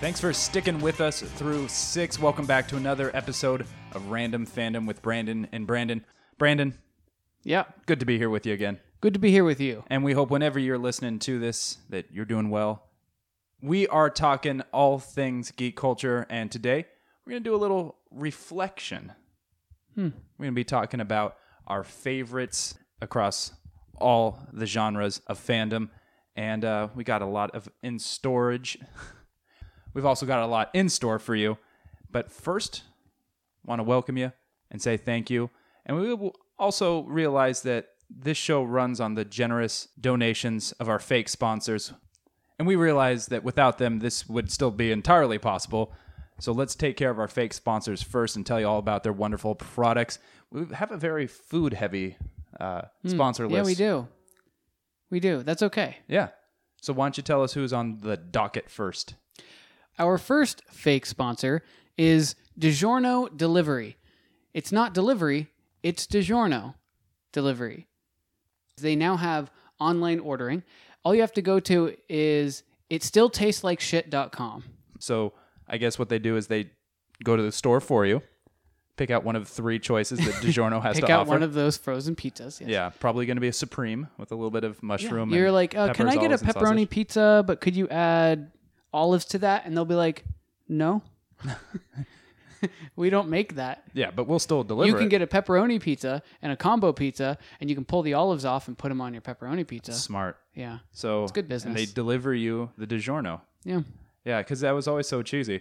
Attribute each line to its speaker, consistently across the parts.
Speaker 1: Thanks for sticking with us through six. Welcome back to another episode of Random Fandom with Brandon and Brandon. Brandon,
Speaker 2: Yeah.
Speaker 1: good to be here with you again.
Speaker 2: Good to be here with you.
Speaker 1: And we hope whenever you're listening to this that you're doing well. We are talking all things geek culture, and today we're going to do a little reflection. We're going to be talking about our favorites across all the genres of fandom, and uh, we got a lot of in storage. We've also got a lot in store for you, but first, want to welcome you and say thank you. And we will also realize that this show runs on the generous donations of our fake sponsors. And we realize that without them, this would still be entirely possible. So let's take care of our fake sponsors first and tell you all about their wonderful products. We have a very food heavy uh, sponsor list.
Speaker 2: Hmm. Yeah, we do. We do. That's okay.
Speaker 1: Yeah. So why don't you tell us who's on the docket first?
Speaker 2: Our first fake sponsor is DiGiorno Delivery. It's not delivery, it's DiGiorno Delivery. They now have online ordering. All you have to go to is itstilltastelikeshit.com.
Speaker 1: So I guess what they do is they go to the store for you, pick out one of three choices that DiGiorno has
Speaker 2: Pick
Speaker 1: to
Speaker 2: out
Speaker 1: offer.
Speaker 2: one of those frozen pizzas. Yes.
Speaker 1: yeah, probably going to be a supreme with a little bit of mushroom.
Speaker 2: You're
Speaker 1: and
Speaker 2: like, uh,
Speaker 1: peppers,
Speaker 2: can I get a
Speaker 1: olives, and
Speaker 2: pepperoni
Speaker 1: sausage."
Speaker 2: pizza, but could you add olives to that? And they'll be like, no. we don't make that.
Speaker 1: Yeah, but we'll still deliver.
Speaker 2: you can
Speaker 1: it.
Speaker 2: get a pepperoni pizza and a combo pizza, and you can pull the olives off and put them on your pepperoni pizza.
Speaker 1: smart.
Speaker 2: Yeah.
Speaker 1: So
Speaker 2: good
Speaker 1: And
Speaker 2: business.
Speaker 1: they deliver you the DiGiorno.
Speaker 2: Yeah.
Speaker 1: Yeah, because that was always so cheesy.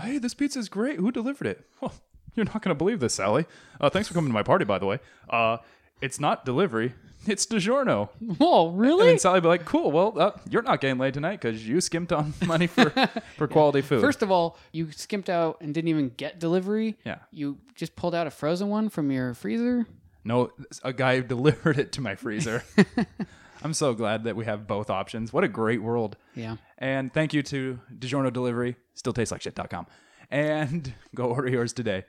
Speaker 1: Hey, this pizza's great. Who delivered it? Well, you're not going to believe this, Sally. Uh, thanks for coming to my party, by the way. Uh, it's not delivery. It's DiGiorno.
Speaker 2: Whoa,
Speaker 1: And
Speaker 2: really?
Speaker 1: then Sally would be like, cool, well, uh, you're not getting laid tonight because you skimped on money for, for quality food.
Speaker 2: First of all, you skimped out and didn't even get delivery.
Speaker 1: Yeah.
Speaker 2: You just pulled out a frozen one from your freezer.
Speaker 1: no, a guy delivered it to my freezer. I'm so glad that we have both options. What a great world.
Speaker 2: Yeah.
Speaker 1: And thank you to DiGiorno Delivery, still tastes like shit.com. And go order yours today.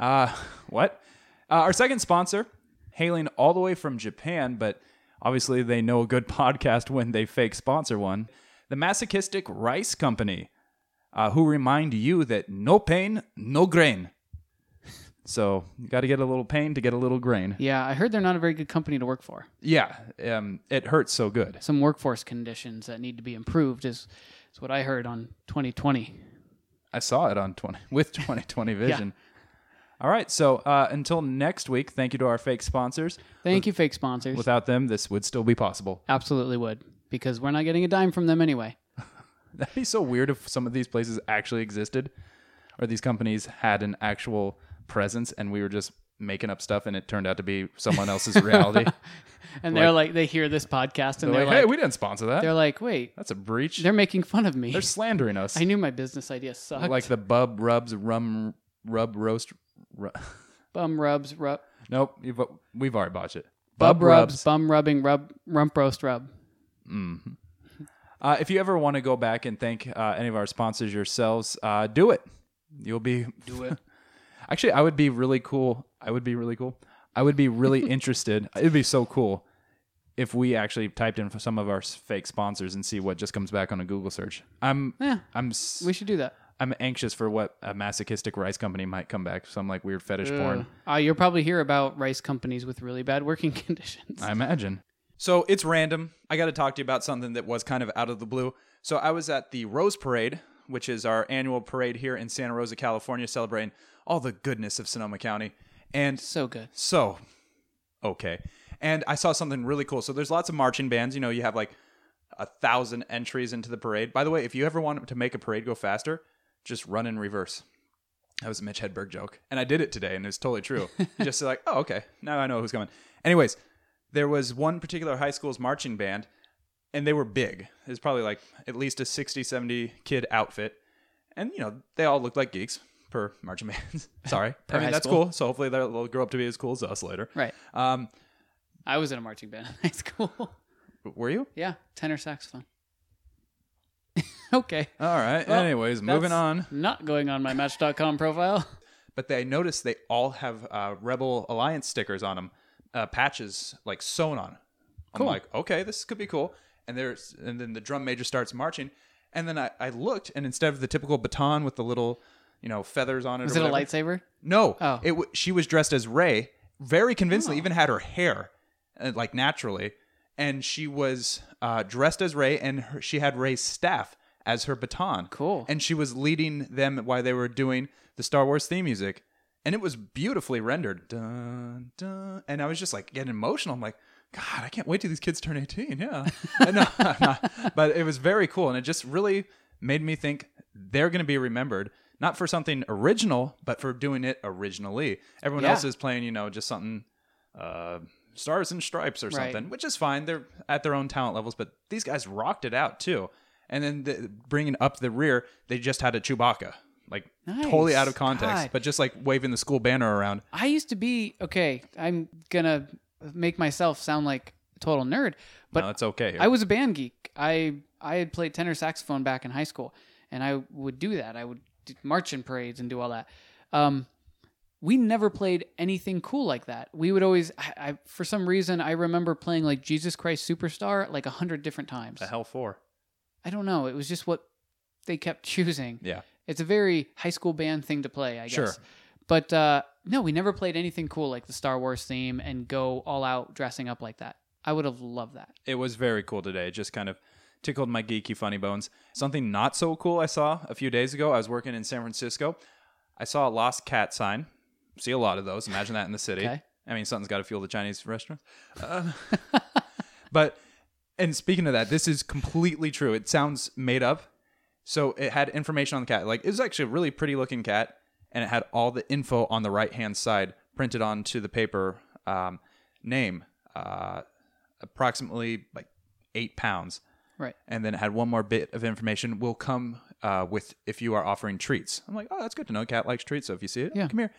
Speaker 1: uh, what? Uh, our second sponsor, hailing all the way from Japan, but obviously they know a good podcast when they fake sponsor one. The Masochistic Rice Company, uh, who remind you that no pain, no grain. So you got to get a little pain to get a little grain.
Speaker 2: Yeah. I heard they're not a very good company to work for.
Speaker 1: Yeah, um, it hurts so good.
Speaker 2: Some workforce conditions that need to be improved is, is what I heard on 2020.
Speaker 1: I saw it on 20 with 2020 vision. All right, so uh, until next week, thank you to our fake sponsors.
Speaker 2: Thank you, fake sponsors.
Speaker 1: Without them, this would still be possible.
Speaker 2: Absolutely would, because we're not getting a dime from them anyway.
Speaker 1: That'd be so weird if some of these places actually existed or these companies had an actual presence and we were just making up stuff and it turned out to be someone else's reality.
Speaker 2: And they're like, they hear this podcast and
Speaker 1: They're
Speaker 2: they're
Speaker 1: like, hey,
Speaker 2: like,
Speaker 1: we didn't sponsor that.
Speaker 2: they're like, wait,
Speaker 1: That's a breach. They're,
Speaker 2: They're making fun of me.
Speaker 1: slandering us.
Speaker 2: I knew my business idea sucked.
Speaker 1: like the bub rubs rum rub roast. Ru-
Speaker 2: bum rubs, rub,
Speaker 1: nope, you've, we've already botched it.
Speaker 2: bub rubs, bum rubbing, rub, rump roast rub.
Speaker 1: Uh, if you ever want to go back and thank uh, any of our sponsors yourselves, uh, do it. You'll be do it. Actually, I would be really cool. I would be really cool. I would be really interested. It'd be so cool if we actually typed in for some of our s- fake sponsors and see what just comes back on a Google search. I'm
Speaker 2: Yeah,
Speaker 1: I'm s-
Speaker 2: we should do that.
Speaker 1: I'm anxious for what a masochistic rice company might come back. Some like weird fetish porn.
Speaker 2: Uh, you'll probably hear about rice companies with really bad working conditions.
Speaker 1: I imagine. So it's random. I got to talk to you about something that was kind of out of the blue. So I was at the Rose Parade, which is our annual parade here in Santa Rosa, California, celebrating all the goodness of Sonoma County. And
Speaker 2: so good.
Speaker 1: so, okay. And I saw something really cool. So there's lots of marching bands. You know, you have like a thousand entries into the parade. By the way, if you ever want to make a parade go faster, just run in reverse. That was a Mitch Hedberg joke. And I did it today, and it's totally true. You just like, oh, okay. Now I know who's coming. Anyways, there was one particular high school's marching band, and they were big. It was probably like at least a 60, 70 kid outfit. And, you know, they all looked like geeks per marching bands. Sorry. I mean,
Speaker 2: high
Speaker 1: that's
Speaker 2: school.
Speaker 1: cool. So hopefully they'll grow up to be as cool as us later.
Speaker 2: Right.
Speaker 1: Um,
Speaker 2: I was in a marching band in high school.
Speaker 1: were you?
Speaker 2: yeah, tenor saxophone. okay.
Speaker 1: All right. Anyways, moving
Speaker 2: That's
Speaker 1: on.
Speaker 2: Not going on my Match.com profile.
Speaker 1: But they, I noticed they all have uh, Rebel Alliance stickers on them, uh, patches like sewn on. I'm like, okay, this could be cool. And there's and then the drum major starts marching, And then I, I looked, and instead of the typical baton with the little, you know, feathers on it,
Speaker 2: Is
Speaker 1: or
Speaker 2: it a
Speaker 1: whatever-
Speaker 2: lightsaber?
Speaker 1: No,
Speaker 2: Oh.
Speaker 1: it w- she was dressed as Ray, very convincingly. Even had her hair, uh, like naturally, and she was uh, dressed as Ray, and her, she had Ray's staff as her baton.
Speaker 2: Cool.
Speaker 1: And she was leading them while they were doing the Star Wars theme music, and it was beautifully rendered. Dun, dun. And I was just like getting emotional. I'm like. God, I can't wait till these kids turn 18. Yeah. no, I'm not. but it was very cool. And it just really made me think they're going to be remembered, not for something original, but for doing it originally. Everyone
Speaker 2: Yeah.
Speaker 1: else is playing, you know, just something uh, Stars and Stripes or
Speaker 2: Right.
Speaker 1: something, which is fine. They're at their own talent levels, but these guys rocked it out too. And then the, bringing up the rear, they just had a Chewbacca. Like totally
Speaker 2: Nice.
Speaker 1: out of context,
Speaker 2: God.
Speaker 1: but just like waving the school banner around.
Speaker 2: I used to be okay. I'm gonna make myself sound like a total nerd, but
Speaker 1: no, it's okay here.
Speaker 2: I was a band geek. I I had played tenor saxophone back in high school, and I would do that. I would do march in parades and do all that. Um, we never played anything cool like that. We would always, I, I, for some reason, I remember playing like Jesus Christ Superstar like a hundred different times.
Speaker 1: the hell for.
Speaker 2: I don't know. It was just what they kept choosing.
Speaker 1: Yeah.
Speaker 2: It's a very high school band thing to play, I guess.
Speaker 1: Sure.
Speaker 2: But uh, no, we never played anything cool like the Star Wars theme and go all out dressing up like that. I would have loved that.
Speaker 1: it was very cool today. It just kind of tickled my geeky funny bones. Something not so cool I saw a few days ago. I was working in San Francisco. I saw a lost cat sign. See a lot of those. Imagine that in the city.
Speaker 2: Okay.
Speaker 1: I mean, something's got to fuel the Chinese restaurants. Uh, but and speaking of that, this is completely true. It sounds made up. So it had information on the cat. Like it was actually a really pretty looking cat, and it had all the info on the right hand side printed onto the paper. Um, name, uh, approximately like eight pounds,
Speaker 2: Right.
Speaker 1: and then it had one more bit of information. Will come uh, with if you are offering treats. I'm like, oh, that's good to know. Cat likes treats, so if you see it,
Speaker 2: Yeah.
Speaker 1: come here.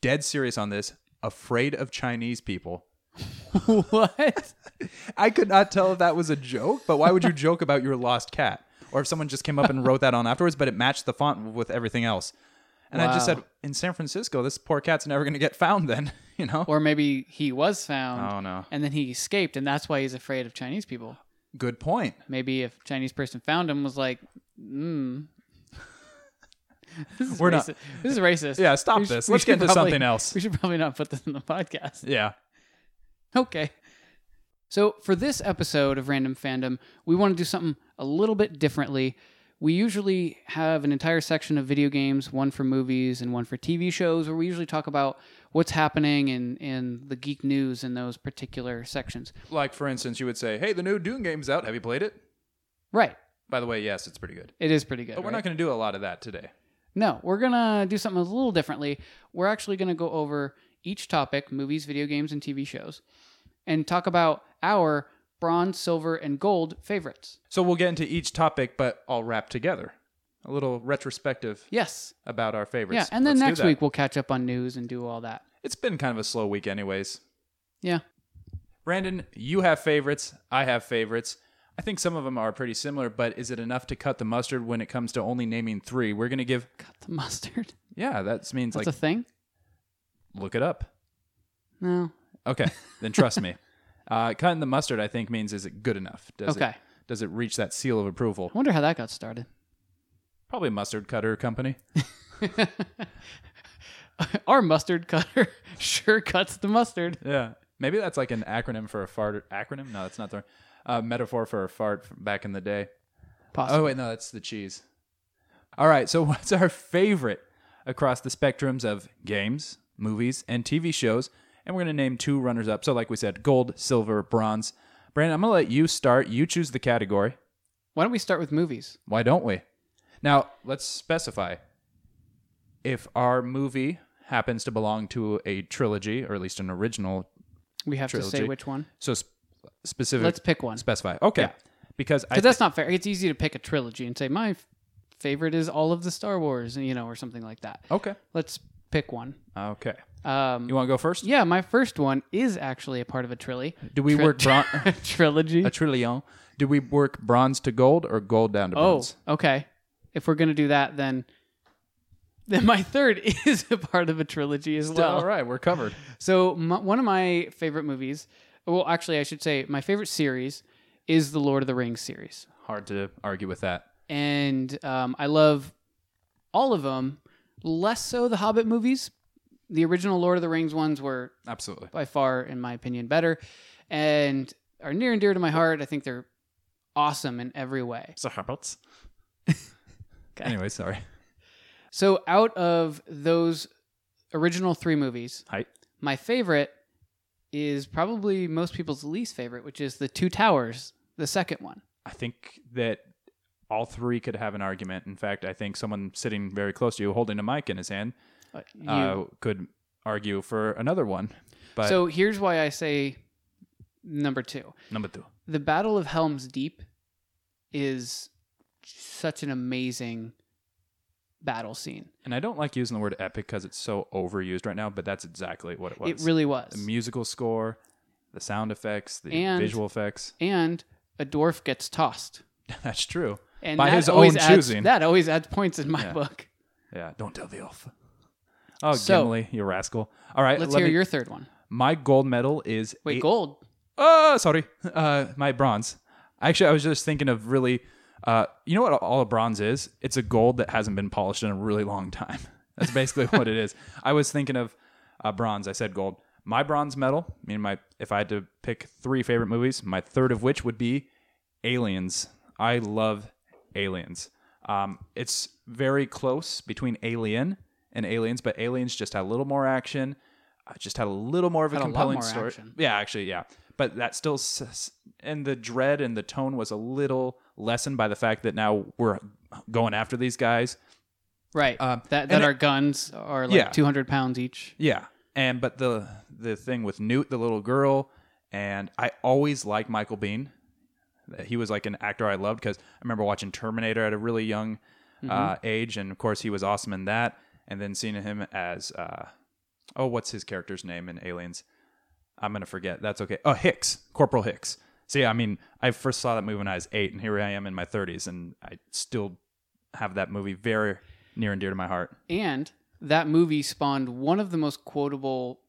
Speaker 1: Dead serious on this. Afraid of Chinese people.
Speaker 2: what?
Speaker 1: I could not tell if that was a joke, but why would you joke about your lost cat? Or if someone just came up and wrote that on afterwards, but it matched the font with everything else. And I just
Speaker 2: Wow.
Speaker 1: said, in San Francisco, this poor cat's never going to get found then, you know?
Speaker 2: Or maybe he was found
Speaker 1: oh, no.
Speaker 2: and then he escaped, and that's why he's afraid of Chinese people.
Speaker 1: Good point.
Speaker 2: Maybe if Chinese person found him, was like, mm. this is
Speaker 1: We're
Speaker 2: racist.
Speaker 1: not-
Speaker 2: This is racist.
Speaker 1: Yeah, stop
Speaker 2: We should-
Speaker 1: this.
Speaker 2: we
Speaker 1: Let's get
Speaker 2: should
Speaker 1: into
Speaker 2: probably-
Speaker 1: something else.
Speaker 2: We should probably not put this in the podcast.
Speaker 1: Yeah.
Speaker 2: Okay. So, for this episode of Random Fandom, we want to do something a little bit differently. We usually have an entire section of video games, one for movies and one for TV shows, where we usually talk about what's happening in, in the geek news in those particular sections.
Speaker 1: Like, for instance, you would say, hey, the new Dune game's out. Have you played it?
Speaker 2: Right.
Speaker 1: By the way, yes, it's pretty good.
Speaker 2: It is pretty good.
Speaker 1: But we're
Speaker 2: right?
Speaker 1: not going to do a lot of that today.
Speaker 2: No, we're going to do something a little differently. We're actually going to go over each topic movies, video games, and TV shows and talk about our bronze, silver, and gold favorites.
Speaker 1: So we'll get into each topic, but all wrapped together. A little retrospective
Speaker 2: Yes.
Speaker 1: about our
Speaker 2: Yeah.
Speaker 1: favorites.
Speaker 2: And then
Speaker 1: Let's do
Speaker 2: next
Speaker 1: that.
Speaker 2: week, we'll catch up on news and do all that.
Speaker 1: It's been kind of a slow week, anyways.
Speaker 2: Yeah.
Speaker 1: Brandon, you have favorites. I have favorites. I think some of them are pretty similar, but is it enough to cut the mustard when it comes to only naming three? We're going to give,
Speaker 2: Cut the mustard.
Speaker 1: yeah, that means
Speaker 2: That's
Speaker 1: like,
Speaker 2: a thing?
Speaker 1: look it up.
Speaker 2: No.
Speaker 1: Okay, then trust me. Uh, cutting the mustard, I think, means is it good enough? Does It,
Speaker 2: Okay.
Speaker 1: does it reach that seal of approval?
Speaker 2: I wonder how that got started.
Speaker 1: Probably mustard cutter company.
Speaker 2: Our mustard cutter sure cuts the mustard.
Speaker 1: Yeah. Maybe that's like an acronym for a fart. Acronym? No, that's not the uh, metaphor for a fart from back in the day. Oh
Speaker 2: Possible.
Speaker 1: wait, no, that's the cheese. All right, so what's our favorite across the spectrums of games, movies, and TV shows? And we're gonna name two runners up. So like we said, gold, silver, bronze. Brandon, I'm gonna let you start. You choose the category.
Speaker 2: Why don't we start with movies?
Speaker 1: Why don't we? Now let's specify. If our movie happens to belong to a trilogy, or at least an original,
Speaker 2: We have to say
Speaker 1: Trilogy.
Speaker 2: which one.
Speaker 1: so sp- specific.
Speaker 2: Let's pick one.
Speaker 1: specify. Okay, because I
Speaker 2: Because that's not fair. It's easy to pick a trilogy and say my f- favorite is all of the Star Wars, you know, or something like that.
Speaker 1: okay
Speaker 2: Let's pick one.
Speaker 1: okay.
Speaker 2: Um,
Speaker 1: You want to go first?
Speaker 2: yeah, my first one is actually a part of a trilogy.
Speaker 1: Do we
Speaker 2: Tri-
Speaker 1: work? Bron-
Speaker 2: trilogy?
Speaker 1: a trillion. Do we work bronze to gold or gold down to
Speaker 2: oh,
Speaker 1: bronze?
Speaker 2: okay. If we're gonna do that, then then my third is a part of a trilogy as well.
Speaker 1: all right, we're covered.
Speaker 2: So m one of my favorite movies, well, actually, I should say my favorite series is the Lord of the Rings series.
Speaker 1: Hard to argue with that.
Speaker 2: and um, I love all of them. Less so the Hobbit movies. The original Lord of the Rings ones were
Speaker 1: Absolutely.
Speaker 2: by far, in my opinion, better and are near and dear to my heart. I think they're awesome in every way.
Speaker 1: So Hobbits. Anyway, sorry.
Speaker 2: So, out of those original three movies,
Speaker 1: Height.
Speaker 2: my favorite is probably most people's least favorite, which is The Two Towers, the second one.
Speaker 1: I think that all three could have an argument. In fact, I think someone sitting very close to you, holding a mic in his hand,
Speaker 2: Uh, you-
Speaker 1: uh, could argue for another one. But
Speaker 2: so, here's why I say number two.
Speaker 1: number two.
Speaker 2: the Battle of Helm's Deep is such an amazing battle scene.
Speaker 1: And I don't like using the word epic because it's so overused right now, but that's exactly what it was.
Speaker 2: It really was.
Speaker 1: the musical score, the sound effects, the
Speaker 2: And-
Speaker 1: visual effects.
Speaker 2: and a dwarf gets tossed.
Speaker 1: That's true.
Speaker 2: And
Speaker 1: By
Speaker 2: that
Speaker 1: his
Speaker 2: always
Speaker 1: own
Speaker 2: adds-
Speaker 1: choosing.
Speaker 2: That always adds points in my
Speaker 1: Yeah.
Speaker 2: book.
Speaker 1: Yeah, don't tell the elf. Oh,
Speaker 2: So-
Speaker 1: Gimli, you rascal. All right,
Speaker 2: Let's
Speaker 1: let
Speaker 2: hear
Speaker 1: me-
Speaker 2: your third one.
Speaker 1: My gold medal is
Speaker 2: Wait,
Speaker 1: eight-
Speaker 2: gold.
Speaker 1: Oh, sorry. Uh, my bronze. Actually, I was just thinking of really. Uh, you know what all a bronze is? It's a gold that hasn't been polished in a really long time. That's basically what it is. I was thinking of uh, bronze. I said gold. My bronze medal. I mean, my if I had to pick three favorite movies, my third of which would be Aliens. I love Aliens. Um, it's very close between Alien and Aliens, but Aliens just had a little more action. uh, Just had a little more of a
Speaker 2: Had a lot
Speaker 1: compelling
Speaker 2: more
Speaker 1: story.
Speaker 2: action.
Speaker 1: Yeah, actually, yeah. But that still, s- s- and the dread and the tone was a little lessened by the fact that now we're going after these guys.
Speaker 2: Right.
Speaker 1: Um,
Speaker 2: that
Speaker 1: and
Speaker 2: that
Speaker 1: it-
Speaker 2: our guns are like
Speaker 1: Yeah.
Speaker 2: 200 pounds each.
Speaker 1: Yeah, and but the the thing with Newt, the little girl, and I always liked Michael Bean. He was like an actor I loved because I remember watching Terminator at a really young uh, age, and of course he was awesome in that. And then seeing him as uh, oh, what's his character's name in Aliens? I'm gonna forget. That's okay. Oh, Hicks, Corporal Hicks. See, I mean, I first saw that movie when I was eight, and here I am in my 30s, and I still have that movie very near and dear to my heart.
Speaker 2: And that movie spawned one of the most quotable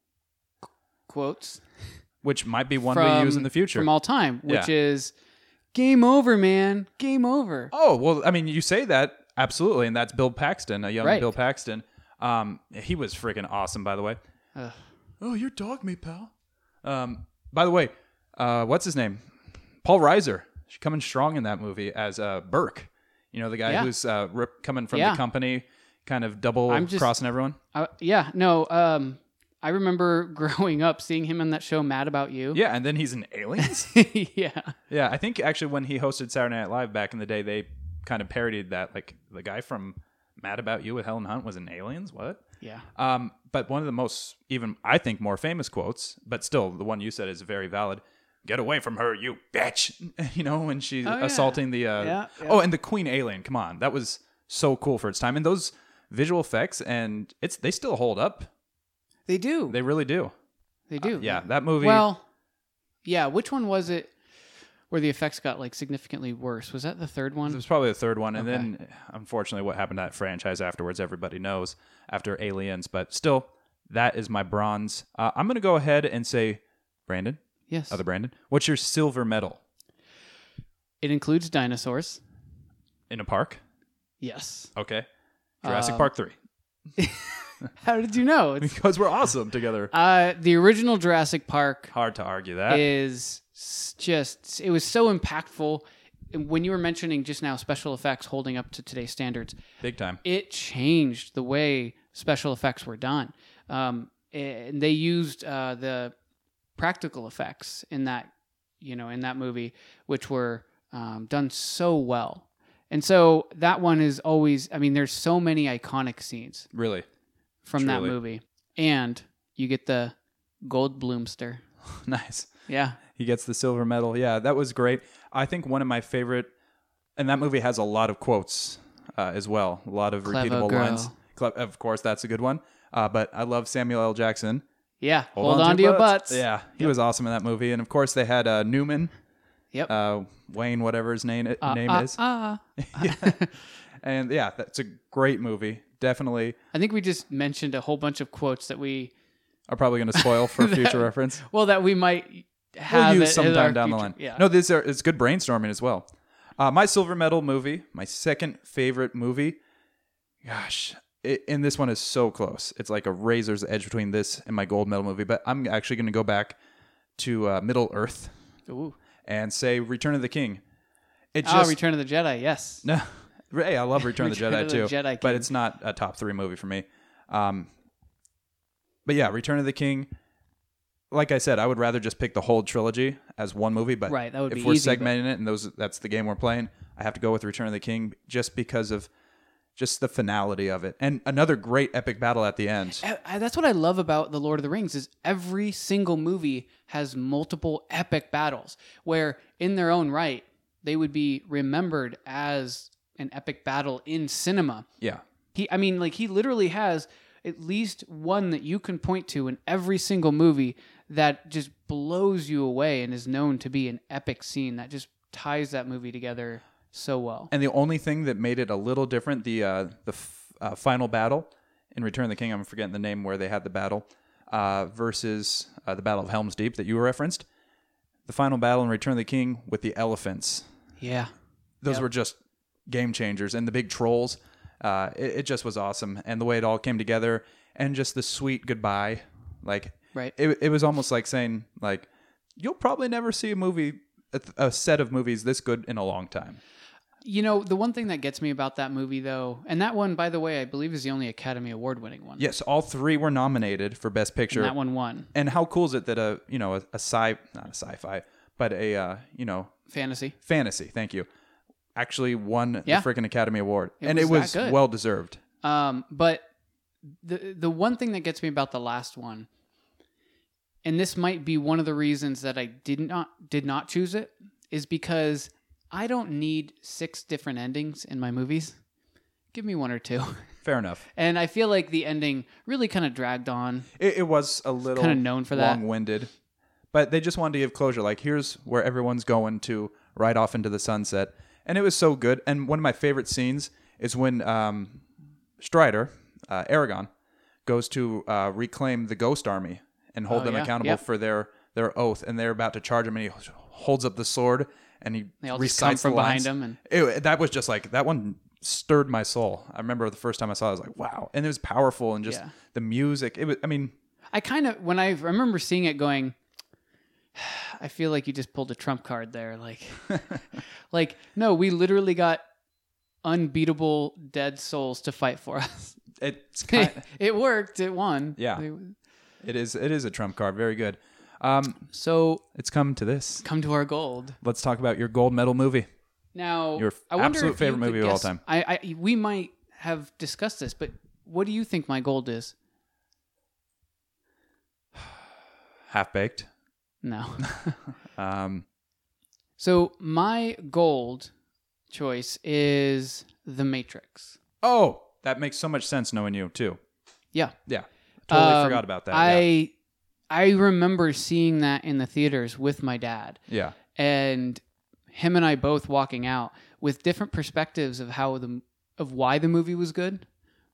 Speaker 2: qu- quotes
Speaker 1: Which might be one we use in the future.
Speaker 2: from all time, which
Speaker 1: Yeah.
Speaker 2: is game over, man. Game over.
Speaker 1: Oh well, I mean, you say that absolutely, and that's Bill Paxton, a young
Speaker 2: Right.
Speaker 1: Bill Paxton. Um, he was freaking awesome, by the way.
Speaker 2: Ugh.
Speaker 1: Oh, you're dog me, pal. Um, by the way, uh, what's his name? Paul Reiser, She's coming strong in that movie as uh, Burke. You know, the guy
Speaker 2: Yeah.
Speaker 1: who's uh, rip, coming from
Speaker 2: Yeah.
Speaker 1: the company, kind of double
Speaker 2: I'm just-
Speaker 1: crossing everyone.
Speaker 2: Uh, yeah, no. Um, I remember growing up seeing him on that show, Mad About You.
Speaker 1: Yeah, and then he's in Aliens.
Speaker 2: Yeah,
Speaker 1: yeah, I think actually when he hosted Saturday Night Live back in the day, they kind of parodied that. Like the guy from Mad About You with Helen Hunt was in Aliens. What?
Speaker 2: yeah.
Speaker 1: Um, but one of the most, even I think, more famous quotes, but still the one you said is very valid. Get away from her, you bitch! You know when she's
Speaker 2: Oh, yeah.
Speaker 1: assaulting the. Uh,
Speaker 2: Yeah, yeah.
Speaker 1: Oh, and the Queen Alien. Come on, that was so cool for its time, and those visual effects, and it's they still hold up.
Speaker 2: They do. They,
Speaker 1: They really do.
Speaker 2: do.
Speaker 1: Yeah, that movie.
Speaker 2: Well, yeah. Which one was it where the effects got like significantly worse? Was that the third
Speaker 1: it
Speaker 2: one?
Speaker 1: was probably the third one, and then unfortunately, what happened to that franchise afterwards, everybody knows after Aliens. But still, that is my bronze. Uh, I'm gonna go ahead and say, Brandon,
Speaker 2: Yes.
Speaker 1: other Brandon, what's your silver medal?
Speaker 2: It includes dinosaurs.
Speaker 1: in a park.
Speaker 2: Yes.
Speaker 1: Okay. Jurassic
Speaker 2: Um,
Speaker 1: Park 3.
Speaker 2: How did you know? It's,
Speaker 1: Because we're awesome together.
Speaker 2: uh, the original Jurassic Park
Speaker 1: Hard to argue that.
Speaker 2: is s- just it was so impactful. And When you were mentioning just now special effects holding up to today's standards,
Speaker 1: Big time.
Speaker 2: it changed the way special effects were done. Um, and they used uh, the practical effects in that, you know, in that movie, which were um, done so well. And so that one is always. I mean, there's so many iconic scenes
Speaker 1: Really.
Speaker 2: from
Speaker 1: Truly.
Speaker 2: that movie, and you get the gold bloomster.
Speaker 1: nice.
Speaker 2: Yeah,
Speaker 1: He gets the silver medal. Yeah, that was great. I think one of my favorite, and that movie has a lot of quotes uh, as well, a lot of
Speaker 2: Clever
Speaker 1: repeatable
Speaker 2: girl.
Speaker 1: lines. Cle- of course, that's a good one. Uh, but I love Samuel L. Jackson.
Speaker 2: yeah. Hold, on, to, your butts.
Speaker 1: Yeah, he was awesome in that movie. And of course, they had uh, Newman,
Speaker 2: Yep.
Speaker 1: uh, Wayne, whatever his name, name
Speaker 2: Ah,
Speaker 1: is.
Speaker 2: ah.
Speaker 1: And yeah, that's a great movie. Definitely
Speaker 2: I think we just mentioned a whole bunch of quotes that we
Speaker 1: are probably going to spoil for future reference.
Speaker 2: Well, that we might
Speaker 1: we'll
Speaker 2: have
Speaker 1: use
Speaker 2: it in
Speaker 1: sometime
Speaker 2: our
Speaker 1: down the
Speaker 2: future-
Speaker 1: line.
Speaker 2: Yeah.
Speaker 1: No, these are it's good brainstorming as well. Uh, my silver medal movie, my second favorite movie. Gosh, it, and this one is so close. It's like a razor's edge between this and my gold medal movie. But I'm actually going to go back to uh, Middle Earth
Speaker 2: Ooh.
Speaker 1: and say Return of the King. It
Speaker 2: Ah,
Speaker 1: just
Speaker 2: Return of the Jedi. Yes.
Speaker 1: no. Hey, I love Return of the
Speaker 2: Return
Speaker 1: Jedi
Speaker 2: of the
Speaker 1: too, but
Speaker 2: Jedi King.
Speaker 1: it's not a top three movie for me. Um, but yeah, Return of the King. Like I said, I would rather just pick the whole trilogy as one movie. But
Speaker 2: Right, that would
Speaker 1: if
Speaker 2: be
Speaker 1: we're
Speaker 2: easy, but-
Speaker 1: segmenting it and those that's the game we're playing, I have to go with Return of the King just because of just the finality of it and another great epic battle at the end.
Speaker 2: I- E, I- that's what I love about the Lord of the Rings is every single movie has multiple epic battles where in their own right they would be remembered as an epic battle in cinema.
Speaker 1: Yeah,
Speaker 2: He I mean like he literally has at least one that you can point to in every single movie that just blows you away and is known to be an epic scene that just ties that movie together so well.
Speaker 1: and the only thing that made it a little different the uh, the f- uh, final battle in Return of the King. I'm forgetting the name where they had the battle uh, versus uh, the Battle of Helm's Deep that you referenced. The final battle in Return of the King with the elephants.
Speaker 2: Yeah.
Speaker 1: Those were just game changers, and the big trolls. Uh, it, it just was awesome, and the way it all came together, and just the sweet goodbye. Like
Speaker 2: Right.
Speaker 1: it, it was almost like saying like you'll probably never see a movie, a, th- a set of movies this good in a long time.
Speaker 2: You know, the one thing that gets me about that movie, though, and that one, by the way, I believe is the only Academy Award winning one.
Speaker 1: Yes, all three were nominated for Best Picture.
Speaker 2: And that one won.
Speaker 1: and how cool is it that a you know a, a sci not a sci-fi but a uh, you know
Speaker 2: Fantasy.
Speaker 1: fantasy thank you actually won
Speaker 2: Yeah.
Speaker 1: the freaking academy award and it
Speaker 2: was that
Speaker 1: was
Speaker 2: good.
Speaker 1: well deserved
Speaker 2: Um, but the the one thing that gets me about the last one, and this might be one of the reasons that I did not did not choose it, is because I don't need six different endings in my movies. Give me one or two.
Speaker 1: fair enough
Speaker 2: And I feel like the ending really kind of dragged on.
Speaker 1: it, it was a little
Speaker 2: Kinda known for that.
Speaker 1: long-winded but they just wanted to give closure like here's where everyone's going to ride off into the sunset and it was so good and one of my favorite scenes is when um, strider uh, aragon goes to uh, reclaim the ghost army and hold
Speaker 2: Oh,
Speaker 1: them
Speaker 2: yeah.
Speaker 1: accountable
Speaker 2: Yep.
Speaker 1: for their their oath and they're about to charge him and he holds up the sword and he
Speaker 2: They all just come
Speaker 1: recites
Speaker 2: from
Speaker 1: the lines.
Speaker 2: behind him and
Speaker 1: It- that was just like that one stirred my soul. I remember the first time I saw it, I was like, wow. And it was powerful and just
Speaker 2: Yeah.
Speaker 1: the music. It was, I mean,
Speaker 2: I kind of when I remember seeing it going I feel like you just pulled a trump card there like like no we literally got unbeatable dead souls to fight for us.
Speaker 1: it's kind
Speaker 2: it worked, it won.
Speaker 1: Yeah.
Speaker 2: They-
Speaker 1: it is it is a trump card. Very good. Um,
Speaker 2: So
Speaker 1: it's come to this.
Speaker 2: come to our gold.
Speaker 1: Let's talk about your gold medal movie.
Speaker 2: Now
Speaker 1: Your
Speaker 2: I wonder
Speaker 1: absolute
Speaker 2: if you
Speaker 1: favorite
Speaker 2: could
Speaker 1: movie of all
Speaker 2: guess-
Speaker 1: time.
Speaker 2: I, I we might have discussed this but what do you think my gold is?
Speaker 1: Half baked.
Speaker 2: No.
Speaker 1: Um,
Speaker 2: so my gold choice is The Matrix.
Speaker 1: oh, that makes so much sense knowing you too.
Speaker 2: Yeah.
Speaker 1: Yeah. Totally
Speaker 2: Um,
Speaker 1: forgot about that.
Speaker 2: I
Speaker 1: yeah.
Speaker 2: I remember seeing that in the theaters with my dad
Speaker 1: yeah.
Speaker 2: and him and I both walking out with different perspectives of how the of why the movie was good,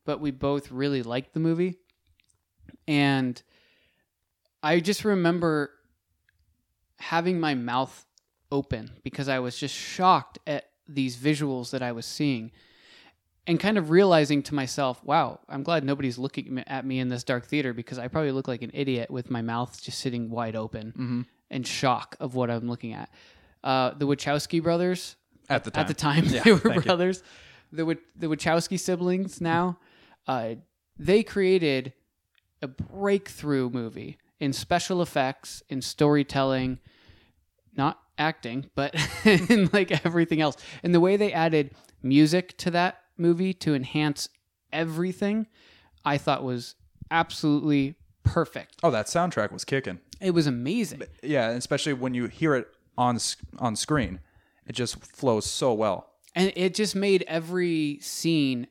Speaker 2: but we both really liked the movie. And I just remember having my mouth open because I was just shocked at these visuals that I was seeing and kind of realizing to myself, wow, I'm glad nobody's looking at me in this dark theater because I probably look like an idiot with my mouth just sitting wide open
Speaker 1: Mhm.
Speaker 2: and shock of what I'm looking at. Uh, the Wachowski brothers,
Speaker 1: At the time.
Speaker 2: at the time
Speaker 1: Yeah,
Speaker 2: they were
Speaker 1: thank you.
Speaker 2: brothers, the Wa- the Wachowski siblings now, uh, they created a breakthrough movie in special effects, in storytelling, not acting, but in like everything else. And the way they added music to that movie to enhance everything, I thought was absolutely perfect.
Speaker 1: Oh, that soundtrack was kicking.
Speaker 2: It was amazing.
Speaker 1: Yeah. Especially when you hear it on, s- on screen, it just flows so well.
Speaker 2: and it just made every scene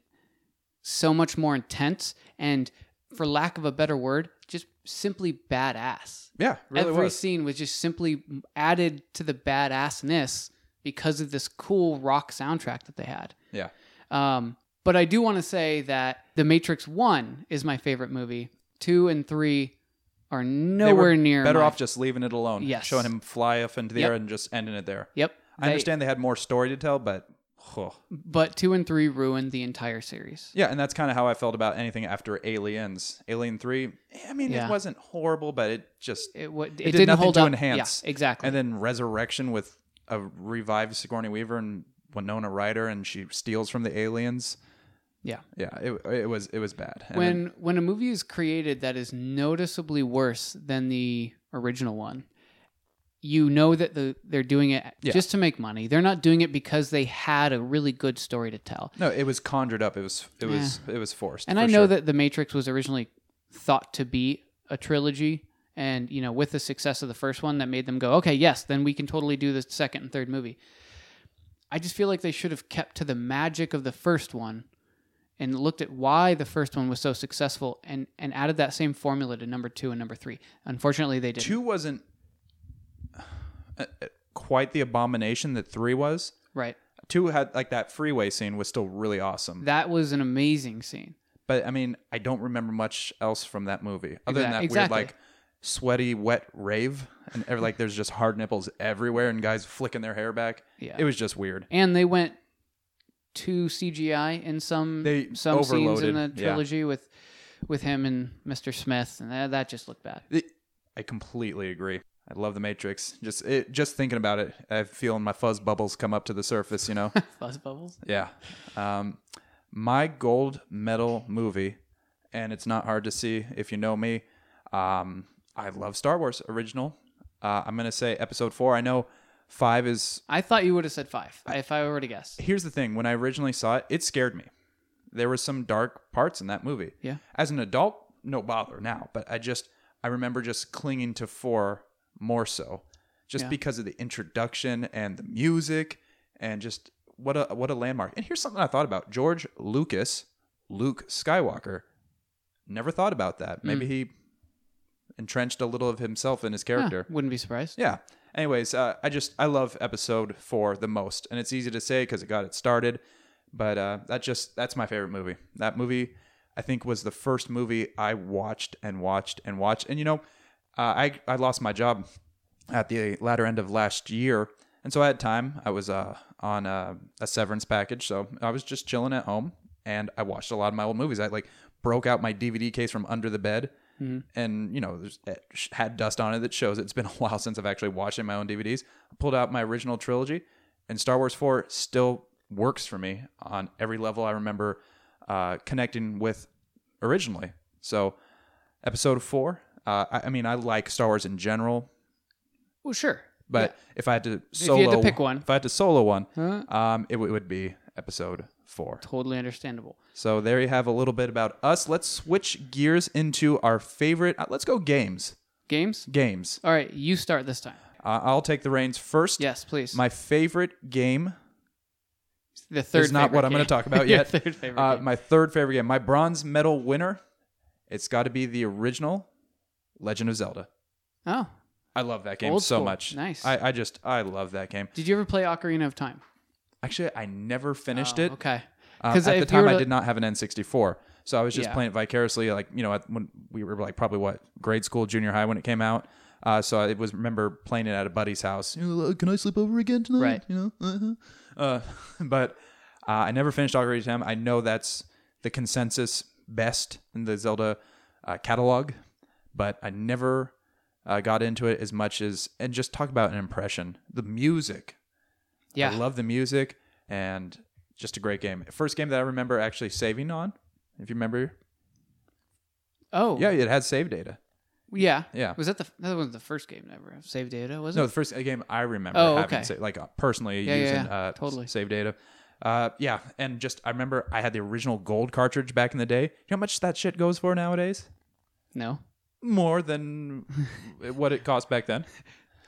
Speaker 2: so much more intense and for lack of a better word just simply badass
Speaker 1: Yeah. it Really
Speaker 2: every
Speaker 1: was.
Speaker 2: scene was just simply added to the badassness because of this cool rock soundtrack that they had
Speaker 1: Yeah.
Speaker 2: um, but i do want to say that the matrix 1 is my favorite movie 2 and 3 are
Speaker 1: They were
Speaker 2: nowhere near
Speaker 1: better
Speaker 2: my-
Speaker 1: off just leaving it alone
Speaker 2: Yes.
Speaker 1: showing him fly off into the
Speaker 2: Yep.
Speaker 1: air and just ending it there
Speaker 2: yep
Speaker 1: I understand they had more story to tell, but oh.
Speaker 2: But two and three ruined the entire series.
Speaker 1: yeah, and that's kind of how I felt about anything after Aliens. Alien Three. eh, I mean,
Speaker 2: Yeah.
Speaker 1: it wasn't horrible, but it just
Speaker 2: It, wa- it,
Speaker 1: did
Speaker 2: didn't
Speaker 1: nothing
Speaker 2: hold
Speaker 1: to
Speaker 2: up.
Speaker 1: enhance.
Speaker 2: Yeah, exactly.
Speaker 1: and then Resurrection with a revived Sigourney Weaver and Winona Ryder, and she steals from the aliens.
Speaker 2: yeah.
Speaker 1: Yeah, it, it was it was bad. And then-
Speaker 2: when when a movie is created that is noticeably worse than the original one you know that the, they're doing it
Speaker 1: Yeah.
Speaker 2: just to make money they're not doing it because they had a really good story to tell
Speaker 1: no, it was conjured up. It was it was it was forced.
Speaker 2: and
Speaker 1: for
Speaker 2: i know
Speaker 1: sure.
Speaker 2: that the matrix was originally thought to be a trilogy and you know with the success of the first one that made them go okay yes then we can totally do the second and third movie i just feel like they should have kept to the magic of the first one and looked at why the first one was so successful and and added that same formula to number 2 and number 3 unfortunately they didn't
Speaker 1: two wasn't uh, uh, quite the abomination that three was.
Speaker 2: right
Speaker 1: Two had like that freeway scene was still really awesome.
Speaker 2: that was an amazing scene
Speaker 1: But I mean, I don't remember much else from that movie other
Speaker 2: Exact-
Speaker 1: than that
Speaker 2: exactly.
Speaker 1: weird like sweaty wet rave and every, like there's just hard nipples everywhere and guys flicking their hair back.
Speaker 2: Yeah.
Speaker 1: It was just weird.
Speaker 2: and they went to CGI in some
Speaker 1: They
Speaker 2: some scenes in
Speaker 1: overloaded,
Speaker 2: the
Speaker 1: yeah.
Speaker 2: trilogy with with him and Mr. Smith, and that, that just looked bad.
Speaker 1: It- I completely agree. I love the Matrix. Just it, just thinking about it, I feel my fuzz bubbles come up to the surface, you know.
Speaker 2: Fuzz bubbles.
Speaker 1: Yeah. Um, my gold medal movie, and it's not hard to see if you know me. Um, I love Star Wars original. Uh, I'm gonna say Episode Four. I know five is.
Speaker 2: I thought you would have said five if I were to guess.
Speaker 1: Here's the thing: when I originally saw it, it scared me. There were some dark parts in that movie.
Speaker 2: Yeah.
Speaker 1: As an adult, no bother now, but I just I remember just clinging to four more so, just
Speaker 2: Yeah.
Speaker 1: because of the introduction and the music and just what a what a landmark. And here's something I thought about: George Lucas, Luke Skywalker. Never thought about that. Maybe
Speaker 2: Mm.
Speaker 1: he entrenched a little of himself in his
Speaker 2: Huh,
Speaker 1: character.
Speaker 2: wouldn't be surprised.
Speaker 1: Yeah. Anyways, uh, I just I love episode four the most, and it's easy to say because it got it started, but uh, that just that's my favorite movie. That movie, I think, was the first movie I watched and watched and watched. And you know, uh, I I lost my job at the latter end of last year, and so I had time. I was uh, on uh, a severance package, so I was just chilling at home, and I watched a lot of my old movies. I like broke out my DVD case from under the bed, and you know, there's, it sh- had dust on it that shows it's been a while since I've actually watched my own DVDs. I pulled out my original trilogy, and Star Wars Four still works for me on every level. I remember uh, connecting with originally, so episode four. Uh, I, I mean, I like Star Wars in general.
Speaker 2: Well, sure.
Speaker 1: But if I had to
Speaker 2: you
Speaker 1: solo,
Speaker 2: had to pick one.
Speaker 1: if I had to solo one,
Speaker 2: Huh?
Speaker 1: um, it, w- it would be episode four.
Speaker 2: Totally understandable.
Speaker 1: So there you have a little bit about us. Let's switch gears into our favorite. uh, let's go games.
Speaker 2: Games.
Speaker 1: Games.
Speaker 2: All right, you start this time.
Speaker 1: Uh, I'll take the reins first.
Speaker 2: Yes, please.
Speaker 1: My favorite game
Speaker 2: the third
Speaker 1: is not what
Speaker 2: favorite
Speaker 1: I'm going
Speaker 2: game.
Speaker 1: to talk about
Speaker 2: Your
Speaker 1: yet.
Speaker 2: third favorite
Speaker 1: uh,
Speaker 2: game.
Speaker 1: my third favorite game. My bronze medal winner. It's got to be the original Legend of Zelda.
Speaker 2: Oh,
Speaker 1: I love that game
Speaker 2: Old
Speaker 1: so
Speaker 2: school.
Speaker 1: much.
Speaker 2: Nice.
Speaker 1: I, I just I love that game.
Speaker 2: did you ever play Ocarina of Time?
Speaker 1: Actually, I never finished
Speaker 2: Oh,
Speaker 1: it.
Speaker 2: Okay.
Speaker 1: Um, at
Speaker 2: Because
Speaker 1: the time, I did not have an N64, so I was just
Speaker 2: Yeah.
Speaker 1: playing it vicariously. Like you know, at, when we were like probably what grade school, junior high when it came out. Uh, so I was remember playing it at a buddy's house. You know, Can I sleep over again tonight?
Speaker 2: Right.
Speaker 1: You know, uh-huh. uh, but uh, I never finished Ocarina of Time. I know that's the consensus best in the Zelda uh, catalog, but I never uh, got into it as much as and just talk about an impression. The music,
Speaker 2: Yeah.
Speaker 1: I love the music and just a great game. First game that I remember actually saving on, if you remember.
Speaker 2: Oh.
Speaker 1: Yeah, it had save data.
Speaker 2: Yeah.
Speaker 1: Yeah.
Speaker 2: Was that the that was the first game never save data? Was it?
Speaker 1: No, the first game I remember
Speaker 2: Oh,
Speaker 1: having
Speaker 2: okay.
Speaker 1: sa- like uh, personally
Speaker 2: Yeah, yeah,
Speaker 1: using
Speaker 2: yeah.
Speaker 1: Uh,
Speaker 2: Totally.
Speaker 1: s- save data. Uh, yeah, and just I remember I had the original gold cartridge back in the day. You know how much that shit goes for nowadays?
Speaker 2: no.
Speaker 1: More than what it cost back then.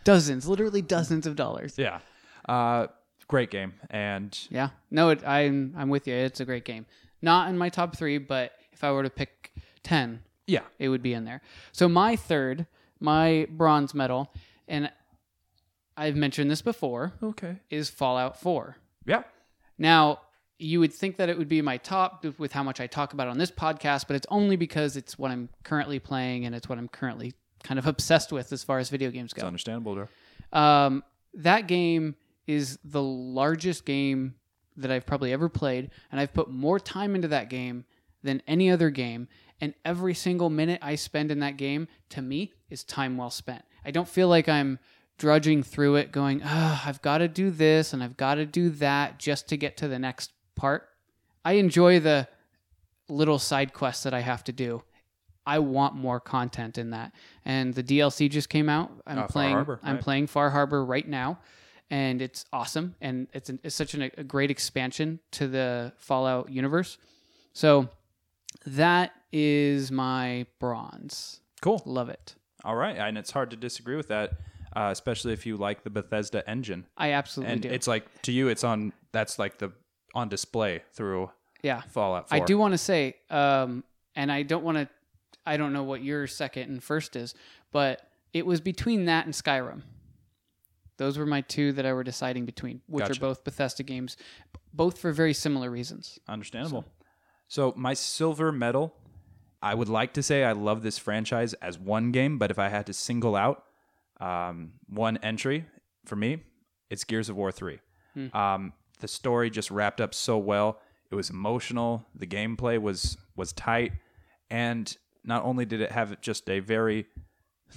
Speaker 2: Dozens, literally dozens of dollars.
Speaker 1: Yeah. Uh, great game and
Speaker 2: Yeah. No, it, I'm I'm with you. It's a great game. Not in my top three, but if I were to pick ten,
Speaker 1: yeah,
Speaker 2: it would be in there. So my third, my bronze medal, and I've mentioned this before,
Speaker 1: okay.
Speaker 2: is Fallout Four.
Speaker 1: Yeah.
Speaker 2: Now, you would think that it would be my top with how much I talk about it on this podcast, but it's only because it's what I'm currently playing and it's what I'm currently kind of obsessed with as far as video games
Speaker 1: It's
Speaker 2: go.
Speaker 1: understandable, Drew.
Speaker 2: Um, that game is the largest game that I've probably ever played, and I've put more time into that game than any other game. And every single minute I spend in that game, to me, is time well spent. I don't feel like I'm drudging through it, going, oh, I've got to do this and I've got to do that just to get to the next part. I enjoy the little side quests that I have to do. I want more content in that. And the DLC just came out. I'm
Speaker 1: Uh, Far
Speaker 2: playing.
Speaker 1: Harbor,
Speaker 2: I'm
Speaker 1: right.
Speaker 2: playing Far Harbor right now, and it's awesome. And it's, an, it's such an, a great expansion to the Fallout universe. So that is my bronze.
Speaker 1: Cool.
Speaker 2: Love it.
Speaker 1: All right, and it's hard to disagree with that, uh, especially if you like the Bethesda engine.
Speaker 2: I absolutely
Speaker 1: And
Speaker 2: do.
Speaker 1: it's like to you, it's on. That's like the on display through
Speaker 2: yeah.
Speaker 1: Fallout 4.
Speaker 2: I do want to say, um, and I don't want to, I don't know what your second and first is, but it was between that and Skyrim. Those were my two that I were deciding between, which
Speaker 1: Gotcha.
Speaker 2: are both Bethesda games, b- both for very similar reasons.
Speaker 1: Understandable. So. my silver medal, I would like to say I love this franchise as one game, but if I had to single out um, one entry for me, it's Gears of War three. Um, the story just wrapped up so well. It was emotional. The gameplay was was tight, and not only did it have just a very,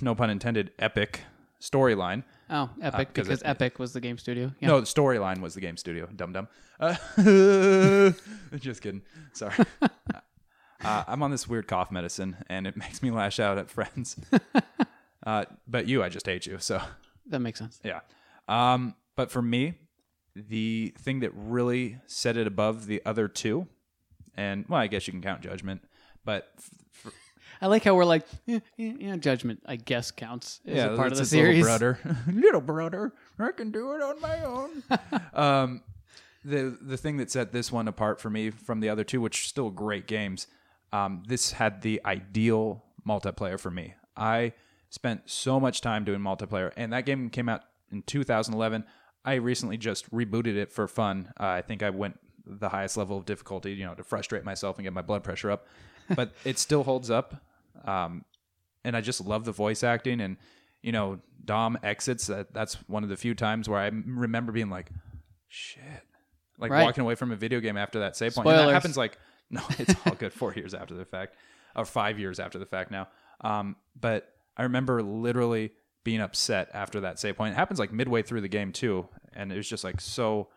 Speaker 1: no pun intended, epic storyline.
Speaker 2: Oh, Epic,
Speaker 1: Ah, 'cause
Speaker 2: because
Speaker 1: it-
Speaker 2: Epic was the game studio. Yeah.
Speaker 1: No, the storyline was the game studio. Dum dum. Uh, just kidding. Sorry. uh, I'm on this weird cough medicine, and it makes me lash out at friends. uh, but you, I just hate you. So
Speaker 2: That makes sense.
Speaker 1: yeah. Um, but for me, the thing that really set it above the other two, and well, I guess you can count Judgment, but
Speaker 2: I like how we're like, eh, eh, yeah, Judgment, I guess, counts as a part of the
Speaker 1: that's
Speaker 2: series.
Speaker 1: his Little brother, little brother, I can do it on my own. um, the the thing that set this one apart for me from the other two, which are still great games, um, this had the ideal multiplayer for me. I spent so much time doing multiplayer, and that game came out in 2011. I recently just rebooted it for fun. Uh, I think I went the highest level of difficulty, you know, to frustrate myself and get my blood pressure up, but it still holds up. Um, and I just love the voice acting. And you know, Dom exits. That that's one of the few times where I m- remember being like, "Shit," like
Speaker 2: Right.
Speaker 1: walking away from a video game after that save point. And that
Speaker 2: Spoilers.
Speaker 1: happens like no, it's all good four years after the fact, or five years after the fact now. Um, but I remember literally being upset after that save point. It happens like midway through the game too, and it was just like so.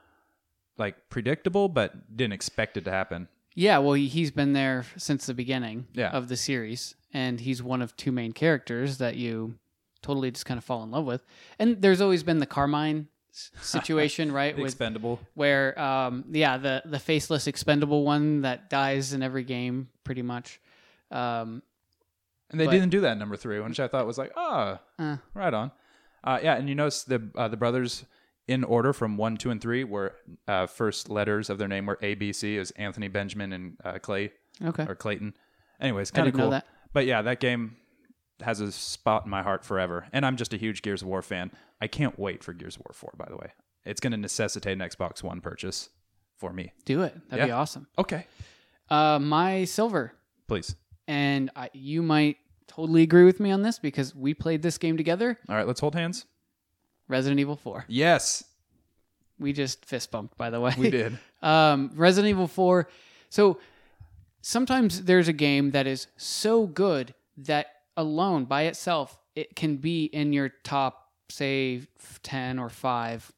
Speaker 1: Like predictable, but didn't expect it to happen.
Speaker 2: Yeah, well, he- he's been there since the beginning
Speaker 1: Yeah.
Speaker 2: of the series, and he's one of two main characters that you totally just kind of fall in love with. And there's always been the Carmine s- situation, right?
Speaker 1: The
Speaker 2: with
Speaker 1: expendable.
Speaker 2: where, um, yeah, the the faceless, expendable one that dies in every game, pretty much. Um,
Speaker 1: And they
Speaker 2: But-
Speaker 1: didn't do that in number three, which I thought was like, ah,
Speaker 2: Uh.
Speaker 1: right on. Uh, yeah, and you notice the uh, the brothers in order from one, two, and three were uh, first letters of their name were A, B, C. Is Anthony Benjamin and uh, Clay
Speaker 2: okay,
Speaker 1: or Clayton? Anyways, kind of
Speaker 2: didn't know
Speaker 1: cool.
Speaker 2: that.
Speaker 1: But yeah, that game has a spot in my heart forever, and I'm just a huge Gears of War fan. I can't wait for Gears of War four. By the way, it's going to necessitate an Xbox One purchase for me.
Speaker 2: do it. That'd be
Speaker 1: Yeah.
Speaker 2: awesome.
Speaker 1: Okay,
Speaker 2: Uh, my silver
Speaker 1: please.
Speaker 2: and I, you might totally agree with me on this because we played this game together,
Speaker 1: All right, let's hold hands.
Speaker 2: Resident Evil 4.
Speaker 1: Yes,
Speaker 2: We just fist bumped, by the way.
Speaker 1: we did.
Speaker 2: Um, Resident Evil 4. So sometimes there's a game that is so good that alone by itself it can be in your top, say, 10 or 5.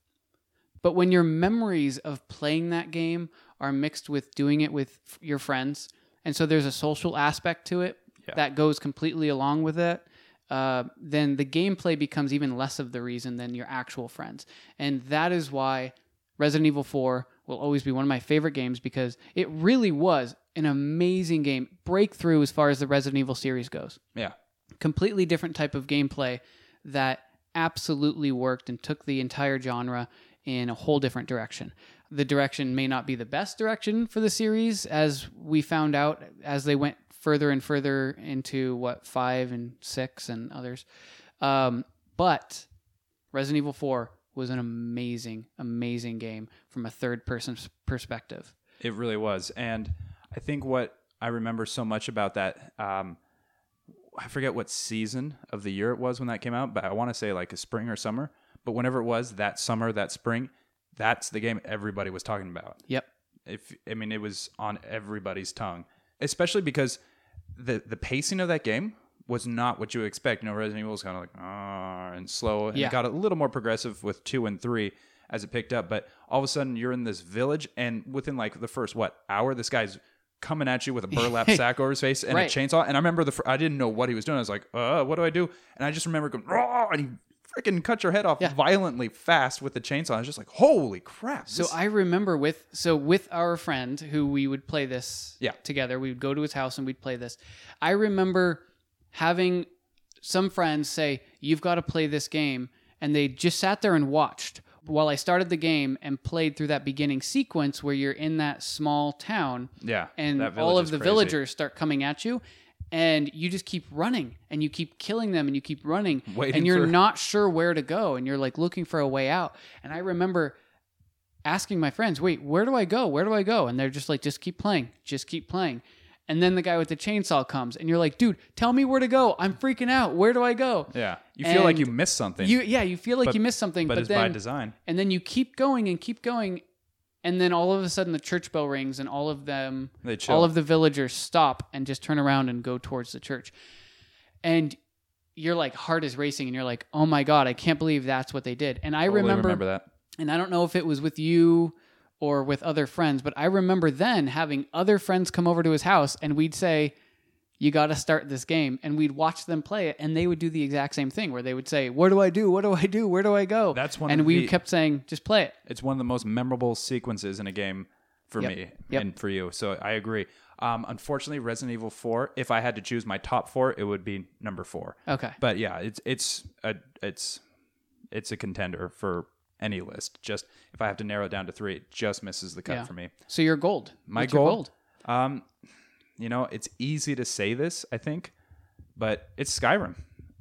Speaker 2: But when your memories of playing that game are mixed with doing it with f- your friends, and so there's a social aspect to it
Speaker 1: Yeah.
Speaker 2: that goes completely along with it. Uh, then the gameplay becomes even less of the reason than your actual friends. And that is why Resident Evil 4 will always be one of my favorite games because it really was an amazing game, breakthrough as far as the Resident Evil series goes.
Speaker 1: yeah,
Speaker 2: Completely different type of gameplay that absolutely worked and took the entire genre in a whole different direction. The direction may not be the best direction for the series, as we found out as they went further and further into what, five and six and others. Um, but Resident Evil 4 was an amazing, amazing game from a third person s- perspective.
Speaker 1: It really was. And I think what I remember so much about that, um, I forget what season of the year it was when that came out, but I want to say like a spring or summer. But whenever it was that summer, that spring, that's the game everybody was talking about.
Speaker 2: Yep.
Speaker 1: If I mean, it was on everybody's tongue, especially because the the pacing of that game was not what you would expect. You know, Resident Evil was kind of like ah and slow, and
Speaker 2: Yeah.
Speaker 1: it got a little more progressive with two and three as it picked up. But all of a sudden, you're in this village, and within like the first what hour, this guy's coming at you with a burlap sack over his face and
Speaker 2: Right.
Speaker 1: a chainsaw. And I remember the fir- I didn't know what he was doing. I was like, uh, what do I do? And I just remember going Raw! and he freaking cut your head off
Speaker 2: Yeah.
Speaker 1: violently fast with the chainsaw. I was just like, holy crap!
Speaker 2: So
Speaker 1: this-
Speaker 2: I remember with so with our friend who we would play this
Speaker 1: Yeah.
Speaker 2: together. We would go to his house and we'd play this. I remember having some friends say, "You've got to play this game," and they just sat there and watched while I started the game and played through that beginning sequence where you're in that small town
Speaker 1: yeah,
Speaker 2: and
Speaker 1: that village
Speaker 2: all of
Speaker 1: is
Speaker 2: the
Speaker 1: crazy.
Speaker 2: villagers start coming at you and you just keep running and you keep killing them and you keep running
Speaker 1: Waiting
Speaker 2: and
Speaker 1: for-
Speaker 2: you're not sure where to go and you're like looking for a way out and i remember asking my friends wait where do i go where do i go and they're just like just keep playing just keep playing and then the guy with the chainsaw comes and you're like dude tell me where to go i'm freaking out where do i go
Speaker 1: Yeah, you feel like
Speaker 2: And
Speaker 1: you missed something,
Speaker 2: you yeah you feel like
Speaker 1: But-
Speaker 2: you missed something
Speaker 1: but,
Speaker 2: but,
Speaker 1: it's by
Speaker 2: then
Speaker 1: design.
Speaker 2: and then you keep going and keep going and then all of a sudden the church bell rings and all of them
Speaker 1: They chill.
Speaker 2: all of the villagers stop and just turn around and go towards the church and your like heart is racing and you're like oh my god i can't believe that's what they did and i
Speaker 1: Totally
Speaker 2: remember,
Speaker 1: remember that.
Speaker 2: and i don't know if it was with you or with other friends but i remember then having other friends come over to his house and we'd say you got to start this game and we'd watch them play it and they would do the exact same thing where they would say what do i do what do i do where do i go
Speaker 1: That's one
Speaker 2: and
Speaker 1: of
Speaker 2: we
Speaker 1: the-
Speaker 2: kept saying just play it
Speaker 1: It's one of the most memorable sequences in a game for
Speaker 2: Yep.
Speaker 1: me
Speaker 2: Yep.
Speaker 1: and for you. So I agree. Um, unfortunately, Resident Evil Four. If I had to choose my top four, it would be number four.
Speaker 2: okay
Speaker 1: But yeah, it's it's a it's it's a contender for any list. Just if I have to narrow it down to three, it just misses the cut
Speaker 2: Yeah.
Speaker 1: for me.
Speaker 2: so you're gold
Speaker 1: My
Speaker 2: What's your
Speaker 1: gold? Um, you know, it's easy to say this, I think, but it's Skyrim.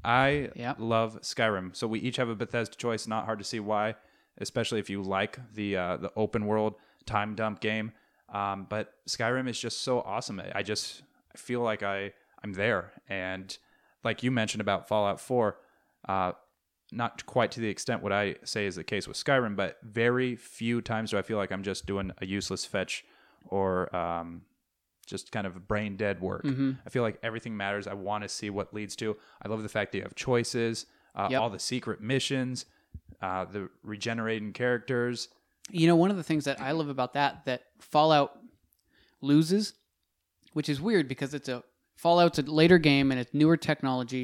Speaker 1: I
Speaker 2: Yeah.
Speaker 1: love Skyrim. So we each have a Bethesda choice. Not hard to see why, especially if you like the uh, the open world time dump game. Um, but Skyrim is just so awesome. I- I just I feel like I I'm there. And like you mentioned about Fallout Four, uh, not quite to the extent what I say is the case with Skyrim, but very few times do I feel like I'm just doing a useless fetch or um, just kind of brain dead work.
Speaker 2: Mm-hmm.
Speaker 1: I feel like everything matters. I want to see what leads to. I love the fact that you have choices, uh,
Speaker 2: Yep.
Speaker 1: all the secret missions, uh, the regenerating characters.
Speaker 2: you know one of the things that i love about that that fallout loses which is weird because it's a fallout's a later game and it's newer technology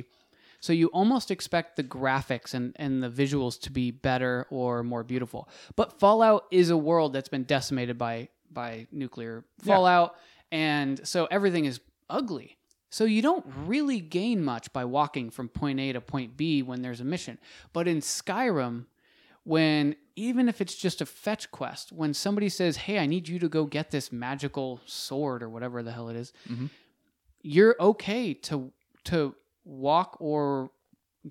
Speaker 2: so you almost expect the graphics and, and the visuals to be better or more beautiful but fallout is a world that's been decimated by by nuclear
Speaker 1: Yeah.
Speaker 2: fallout and so everything is ugly so you don't really gain much by walking from point a to point b when there's a mission but in skyrim when even if it's just a fetch quest, when somebody says, "Hey, I need you to go get this magical sword or whatever the hell it is,"
Speaker 1: Mhm.
Speaker 2: you're okay to to walk or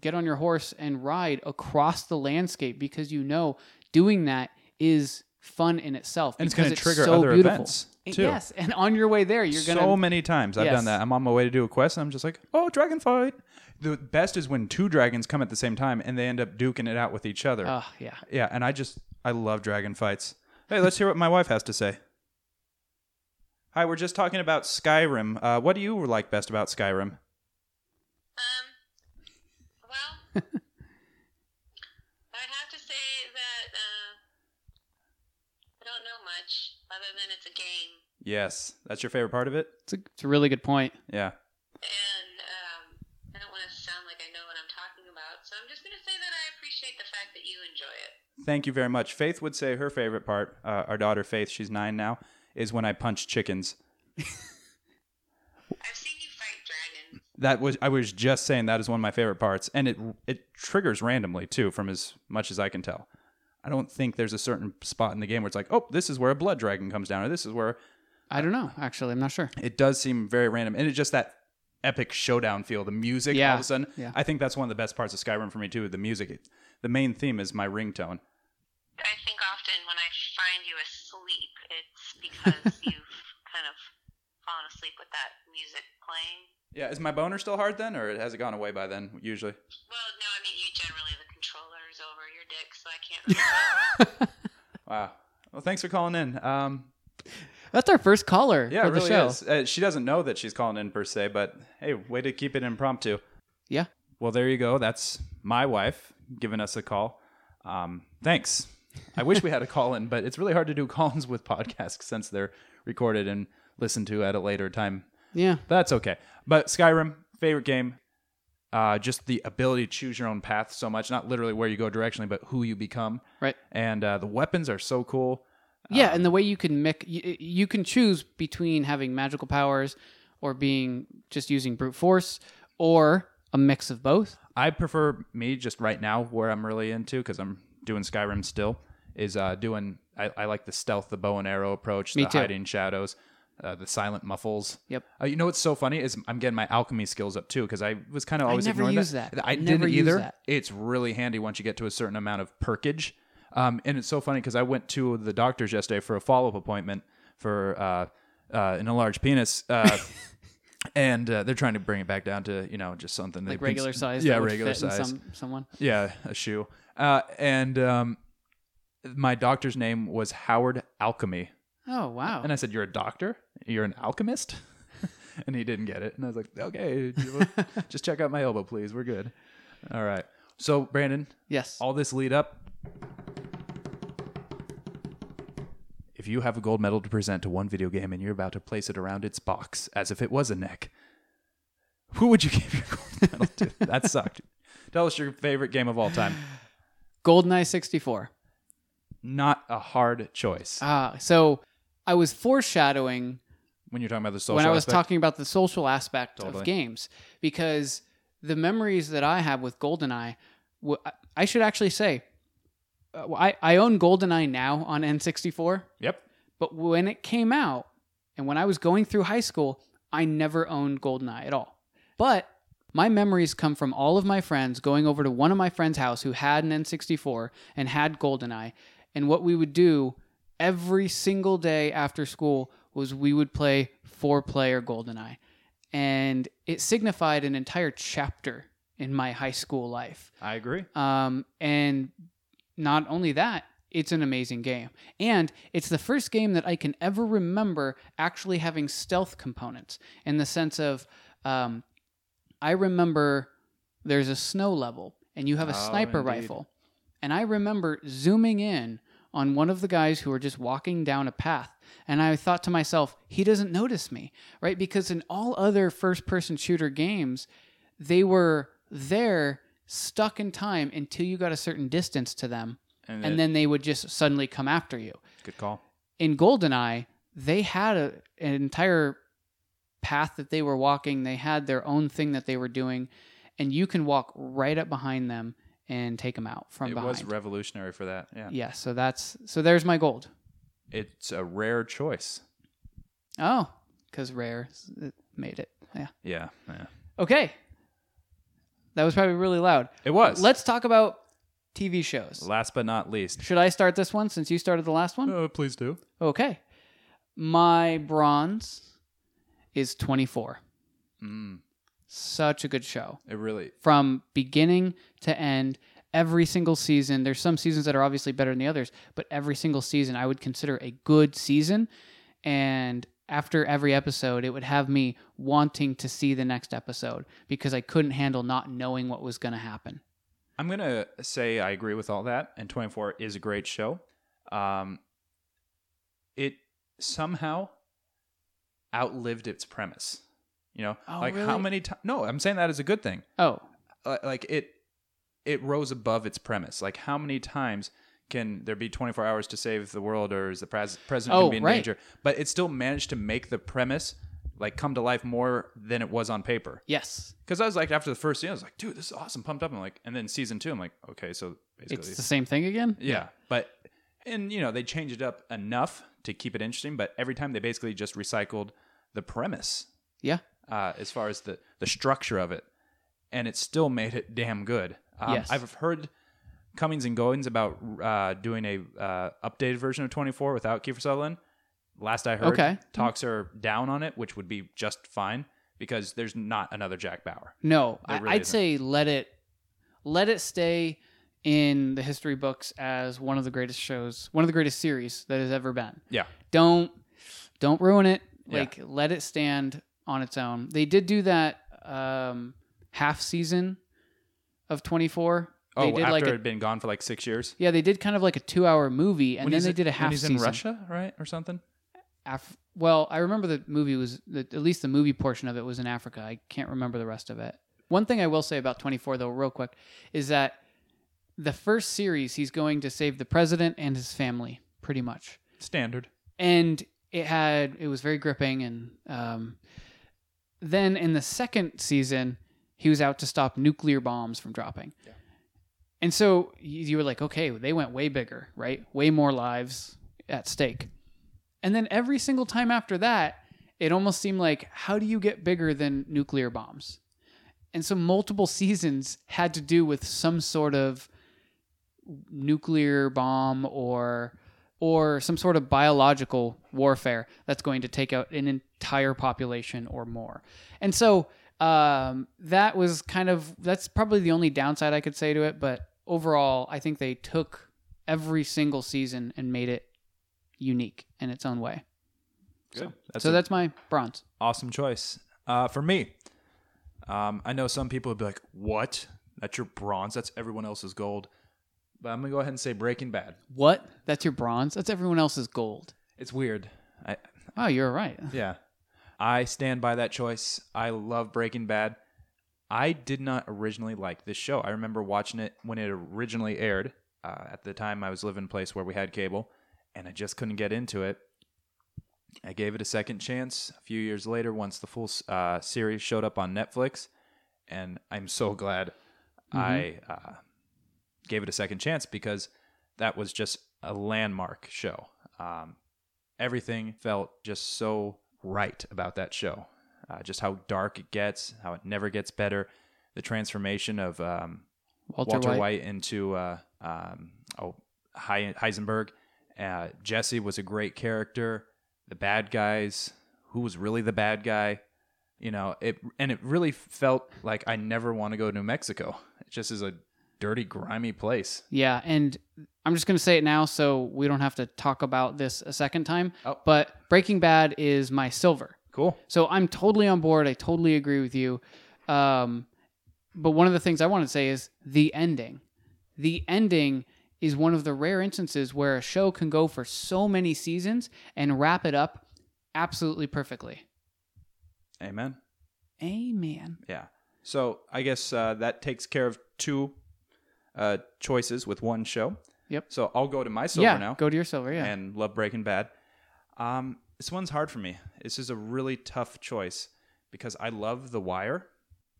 Speaker 2: get on your horse and ride across the landscape because you know doing that is fun in itself
Speaker 1: And it's
Speaker 2: because
Speaker 1: going to trigger
Speaker 2: so
Speaker 1: other
Speaker 2: beautiful.
Speaker 1: events
Speaker 2: It-
Speaker 1: too.
Speaker 2: Yes, and on your way there, you're
Speaker 1: so
Speaker 2: gonna
Speaker 1: many times I've
Speaker 2: Yes.
Speaker 1: done that. I'm on my way to do a quest, and I'm just like, "Oh, dragon fight!" The best is when two dragons come at the same time, and they end up duking it out with each other.
Speaker 2: Oh, yeah.
Speaker 1: Yeah, and I just I love dragon fights. Hey, let's hear what my wife has to say. Hi, we're just talking about Skyrim. Uh, what do you like best about Skyrim?
Speaker 3: Um, well, I'd have to say that uh, I don't know much other than it's a game,
Speaker 1: Yes, that's your favorite part of it.
Speaker 2: It's a, it's a really good point.
Speaker 1: Yeah,
Speaker 3: and um, I don't want to sound like I know what I'm talking about, so I'm just gonna say that I appreciate the fact that you enjoy it.
Speaker 1: thank you very much. Faith would say her favorite part, uh, our daughter Faith, she's nine now, is when I punch chickens.
Speaker 3: I've seen you fight dragons.
Speaker 1: That was I was just saying that is one of my favorite parts, and it it triggers randomly too, from as much as I can tell. I don't think there's a certain spot in the game where it's like, oh, this is where a blood dragon comes down, or this is where
Speaker 2: I don't know. Actually, I'm not sure.
Speaker 1: it does seem very random and it's just that epic showdown feel the music all
Speaker 2: Yeah,
Speaker 1: of a sudden
Speaker 2: yeah.
Speaker 1: i think that's one of the best parts of skyrim for me too the music It- the main theme is my ringtone
Speaker 3: I think often when I find you asleep, it's because you've kind of fallen asleep with that music playing.
Speaker 1: yeah is my boner still hard then or has it gone away by then usually
Speaker 3: Well, no, I mean you generally the controller is over your dick, so I can't. Remember.
Speaker 1: Well, Wow. Well, thanks for calling in. Um,
Speaker 2: That's our first caller
Speaker 1: yeah,
Speaker 2: for
Speaker 1: it
Speaker 2: the
Speaker 1: really
Speaker 2: show.
Speaker 1: is. Uh, she doesn't know that she's calling in per se, but hey, way to keep it impromptu.
Speaker 2: Yeah.
Speaker 1: Well, there you go. That's my wife giving us a call. Um, thanks. I wish we had a call in, but it's really hard to do call ins with podcasts since they're recorded and listened to at a later time.
Speaker 2: Yeah.
Speaker 1: That's okay. But Skyrim, favorite game. Uh, just the ability to choose your own path so much, not literally where you go directionally, but who you become.
Speaker 2: Right.
Speaker 1: And uh, the weapons are so cool.
Speaker 2: Yeah,
Speaker 1: Um,
Speaker 2: and the way you can mix, you, you can choose between having magical powers or being just using brute force or a mix of both.
Speaker 1: I prefer me just right now where I'm really into because I'm doing Skyrim still is uh, doing. I, I like the stealth, the bow and arrow approach,
Speaker 2: Me
Speaker 1: the
Speaker 2: too.
Speaker 1: hiding shadows, uh, the silent muffles.
Speaker 2: Yep.
Speaker 1: Uh, you know what's so funny is I'm getting my alchemy skills up too because I was kind of always
Speaker 2: never
Speaker 1: ignoring
Speaker 2: use that.
Speaker 1: I
Speaker 2: Never
Speaker 1: didn't
Speaker 2: use
Speaker 1: either.
Speaker 2: that.
Speaker 1: It's really handy once you get to a certain amount of perkage. Um, and it's so funny because I went to the doctor's yesterday for a follow up appointment for uh, uh, an enlarged penis. Uh, And uh, they're trying to bring it back down to you know just something
Speaker 2: Like regular size.
Speaker 1: Yeah,
Speaker 2: that would
Speaker 1: regular
Speaker 2: fit in
Speaker 1: size.
Speaker 2: Some, someone.
Speaker 1: Yeah, a shoe. Uh, and um, my doctor's name was Howard Alchemy.
Speaker 2: Oh, wow.
Speaker 1: And I said, You're a doctor? You're an alchemist? and he didn't get it. And I was like, Okay, you- just check out my elbow, please. We're good. All right. So, Brandon,
Speaker 2: yes.
Speaker 1: all this lead up. If you have a gold medal to present to one video game and you're about to place it around its box as if it was a neck, who would you give your gold medal to? That sucked. Tell us your favorite game of all time.
Speaker 2: GoldenEye 64.
Speaker 1: Not a hard choice
Speaker 2: Ah, so I was foreshadowing
Speaker 1: when you're talking about the social.
Speaker 2: when I was
Speaker 1: aspect.
Speaker 2: talking about the social aspect
Speaker 1: Totally.
Speaker 2: of games because the memories that I have with GoldenEye, w- I should actually say, uh, I, I own GoldenEye now on N64,
Speaker 1: Yep.
Speaker 2: but when it came out and when I was going through high school, I never owned GoldenEye at all. But my memories come from all of my friends going over to one of my friend's house who had an N64 and had GoldenEye. And what we would do every single day after school was we would play four player GoldenEye. And it signified an entire chapter in my high school life.
Speaker 1: I agree.
Speaker 2: Um, and not only that, it's an amazing game. And it's the first game that I can ever remember actually having stealth components in the sense of um, I remember there's a snow level and you have a
Speaker 1: Oh,
Speaker 2: sniper
Speaker 1: indeed.
Speaker 2: rifle. And I remember zooming in on one of the guys who were just walking down a path. And I thought to myself, he doesn't notice me, right? Because in all other first person shooter games, they were there stuck in time until you got a certain distance to them
Speaker 1: And,
Speaker 2: and
Speaker 1: then
Speaker 2: then they would just suddenly come after you
Speaker 1: good call.
Speaker 2: in goldeneye they had a, an entire path that they were walking they had their own thing that they were doing and you can walk right up behind them and take them out from
Speaker 1: It
Speaker 2: behind
Speaker 1: was revolutionary for that. Yeah.
Speaker 2: yeah so that's so there's my gold
Speaker 1: It's a rare choice.
Speaker 2: oh because rare it made it yeah
Speaker 1: Yeah. yeah.
Speaker 2: okay that was probably really loud
Speaker 1: It was.
Speaker 2: let's talk about tv shows
Speaker 1: Last but not least.
Speaker 2: Should I start this one since you started the last one?
Speaker 1: Oh, please do.
Speaker 2: Okay. My bronze is 24.
Speaker 1: Mm,
Speaker 2: Such a good show.
Speaker 1: it really.
Speaker 2: From beginning to end, every single season, there's some seasons that are obviously better than the others, but every single season I would consider a good season. And after every episode, it would have me wanting to see the next episode because I couldn't handle not knowing what was going to happen.
Speaker 1: I'm gonna say I agree with all that, and 24 is a great show. Um, it somehow outlived its premise. You know,
Speaker 2: Oh,
Speaker 1: like how
Speaker 2: really?
Speaker 1: many times? No, I'm saying that is a good thing.
Speaker 2: Oh,
Speaker 1: Uh, like it, it rose above its premise. Like how many times can there be 24 hours to save the world, or is the pres- president
Speaker 2: Oh,
Speaker 1: going to be in
Speaker 2: right.
Speaker 1: danger? But it still managed to make the premise like come to life more than it was on paper.
Speaker 2: yes.
Speaker 1: Because I was like, after the first season, I was like, dude, this is awesome, pumped up. I'm like, and then season two, I'm like, okay, so basically,
Speaker 2: It's the same thing again?
Speaker 1: yeah. But and you know they changed it up enough to keep it interesting, but every time they basically just recycled the premise
Speaker 2: Yeah.
Speaker 1: uh, as far as the the structure of it, and it still made it damn good. Um,
Speaker 2: Yes.
Speaker 1: I've heard comings and goings about uh, doing a uh, updated version of 24 without Kiefer Sutherland. Last I heard,
Speaker 2: Okay.
Speaker 1: talks are down on it, which would be just fine because there's not another Jack Bauer.
Speaker 2: No,
Speaker 1: There
Speaker 2: I,
Speaker 1: really
Speaker 2: I'd
Speaker 1: isn't.
Speaker 2: say let it let it stay in the history books as one of the greatest shows, one of the greatest series that has ever been.
Speaker 1: Yeah.
Speaker 2: Don't don't ruin it.
Speaker 1: Yeah.
Speaker 2: Like let it stand on its own. They did do that um half season of 24.
Speaker 1: Oh,
Speaker 2: they did
Speaker 1: after
Speaker 2: like
Speaker 1: it
Speaker 2: a,
Speaker 1: had been gone for like six years.
Speaker 2: Yeah, they did kind of like a 2-hour movie and
Speaker 1: When
Speaker 2: then
Speaker 1: he's
Speaker 2: they
Speaker 1: in-
Speaker 2: did a half
Speaker 1: when he's
Speaker 2: season.
Speaker 1: in Russia, right, or something.
Speaker 2: Af- well, I remember the movie was the, at least the movie portion of it was in Africa. I can't remember the rest of it. One thing I will say about 24 though real quick is that the first series he's going to save the president and his family pretty much.
Speaker 1: Standard.
Speaker 2: And it had it was very gripping and um, then in the second season he was out to stop nuclear bombs from dropping.
Speaker 1: Yeah.
Speaker 2: And so you you were like, okay, they went way bigger, right? Way more lives at stake. And then every single time after that, it almost seemed like, how do you get bigger than nuclear bombs? And so multiple seasons had to do with some sort of nuclear bomb or or some sort of biological warfare that's going to take out an entire population or more. And so um, that was kind of that's probably the only downside I could say to it. But overall, I think they took every single season and made it unique in its own way.
Speaker 1: Good.
Speaker 2: so
Speaker 1: a-
Speaker 2: that's my bronze.
Speaker 1: Awesome choice. Uh, for me, um, I know some people would be like, "What? That's your bronze. That's everyone else's gold." But I'm gonna go ahead and say Breaking Bad.
Speaker 2: What? That's your bronze? That's everyone else's gold.
Speaker 1: It's weird. I
Speaker 2: Oh, you're right.
Speaker 1: yeah, I stand by that choice. I love Breaking Bad. I did not originally like this show. I remember watching it when it originally aired. Uh, at the time, I was living in a place where we had cable, and I just couldn't get into it. I gave it a second chance a few years later once the full uh, series showed up on Netflix, and I'm so glad I uh, gave it a second chance because that was just a landmark show. Um, everything felt just so right about that show. Uh, just how dark it gets, how it never gets better, the transformation of um,
Speaker 2: Walter,
Speaker 1: Walter,
Speaker 2: White.
Speaker 1: White. into uh, um, oh Hei- Heisenberg. Uh, Jesse was a great character. The bad guys, who was really the bad guy, you know it, and it really felt like I never want to go to New Mexico. It just is a dirty, grimy place.
Speaker 2: Yeah, and I'm just going to say it now so we don't have to talk about this a second time.
Speaker 1: Oh.
Speaker 2: But Breaking Bad is my silver.
Speaker 1: Cool.
Speaker 2: So I'm totally on board. I totally agree with you. Um, but one of the things I want to say is the ending. The ending is one of the rare instances where a show can go for so many seasons and wrap it up absolutely perfectly.
Speaker 1: Amen.
Speaker 2: Amen.
Speaker 1: Yeah. So I guess uh, that takes care of two uh, choices with one show.
Speaker 2: Yep.
Speaker 1: So I'll go to my silver
Speaker 2: yeah,
Speaker 1: now.
Speaker 2: go to your silver. Yeah.
Speaker 1: and love Breaking Bad. Um, this one's hard for me. This is a really tough choice because I love The Wire.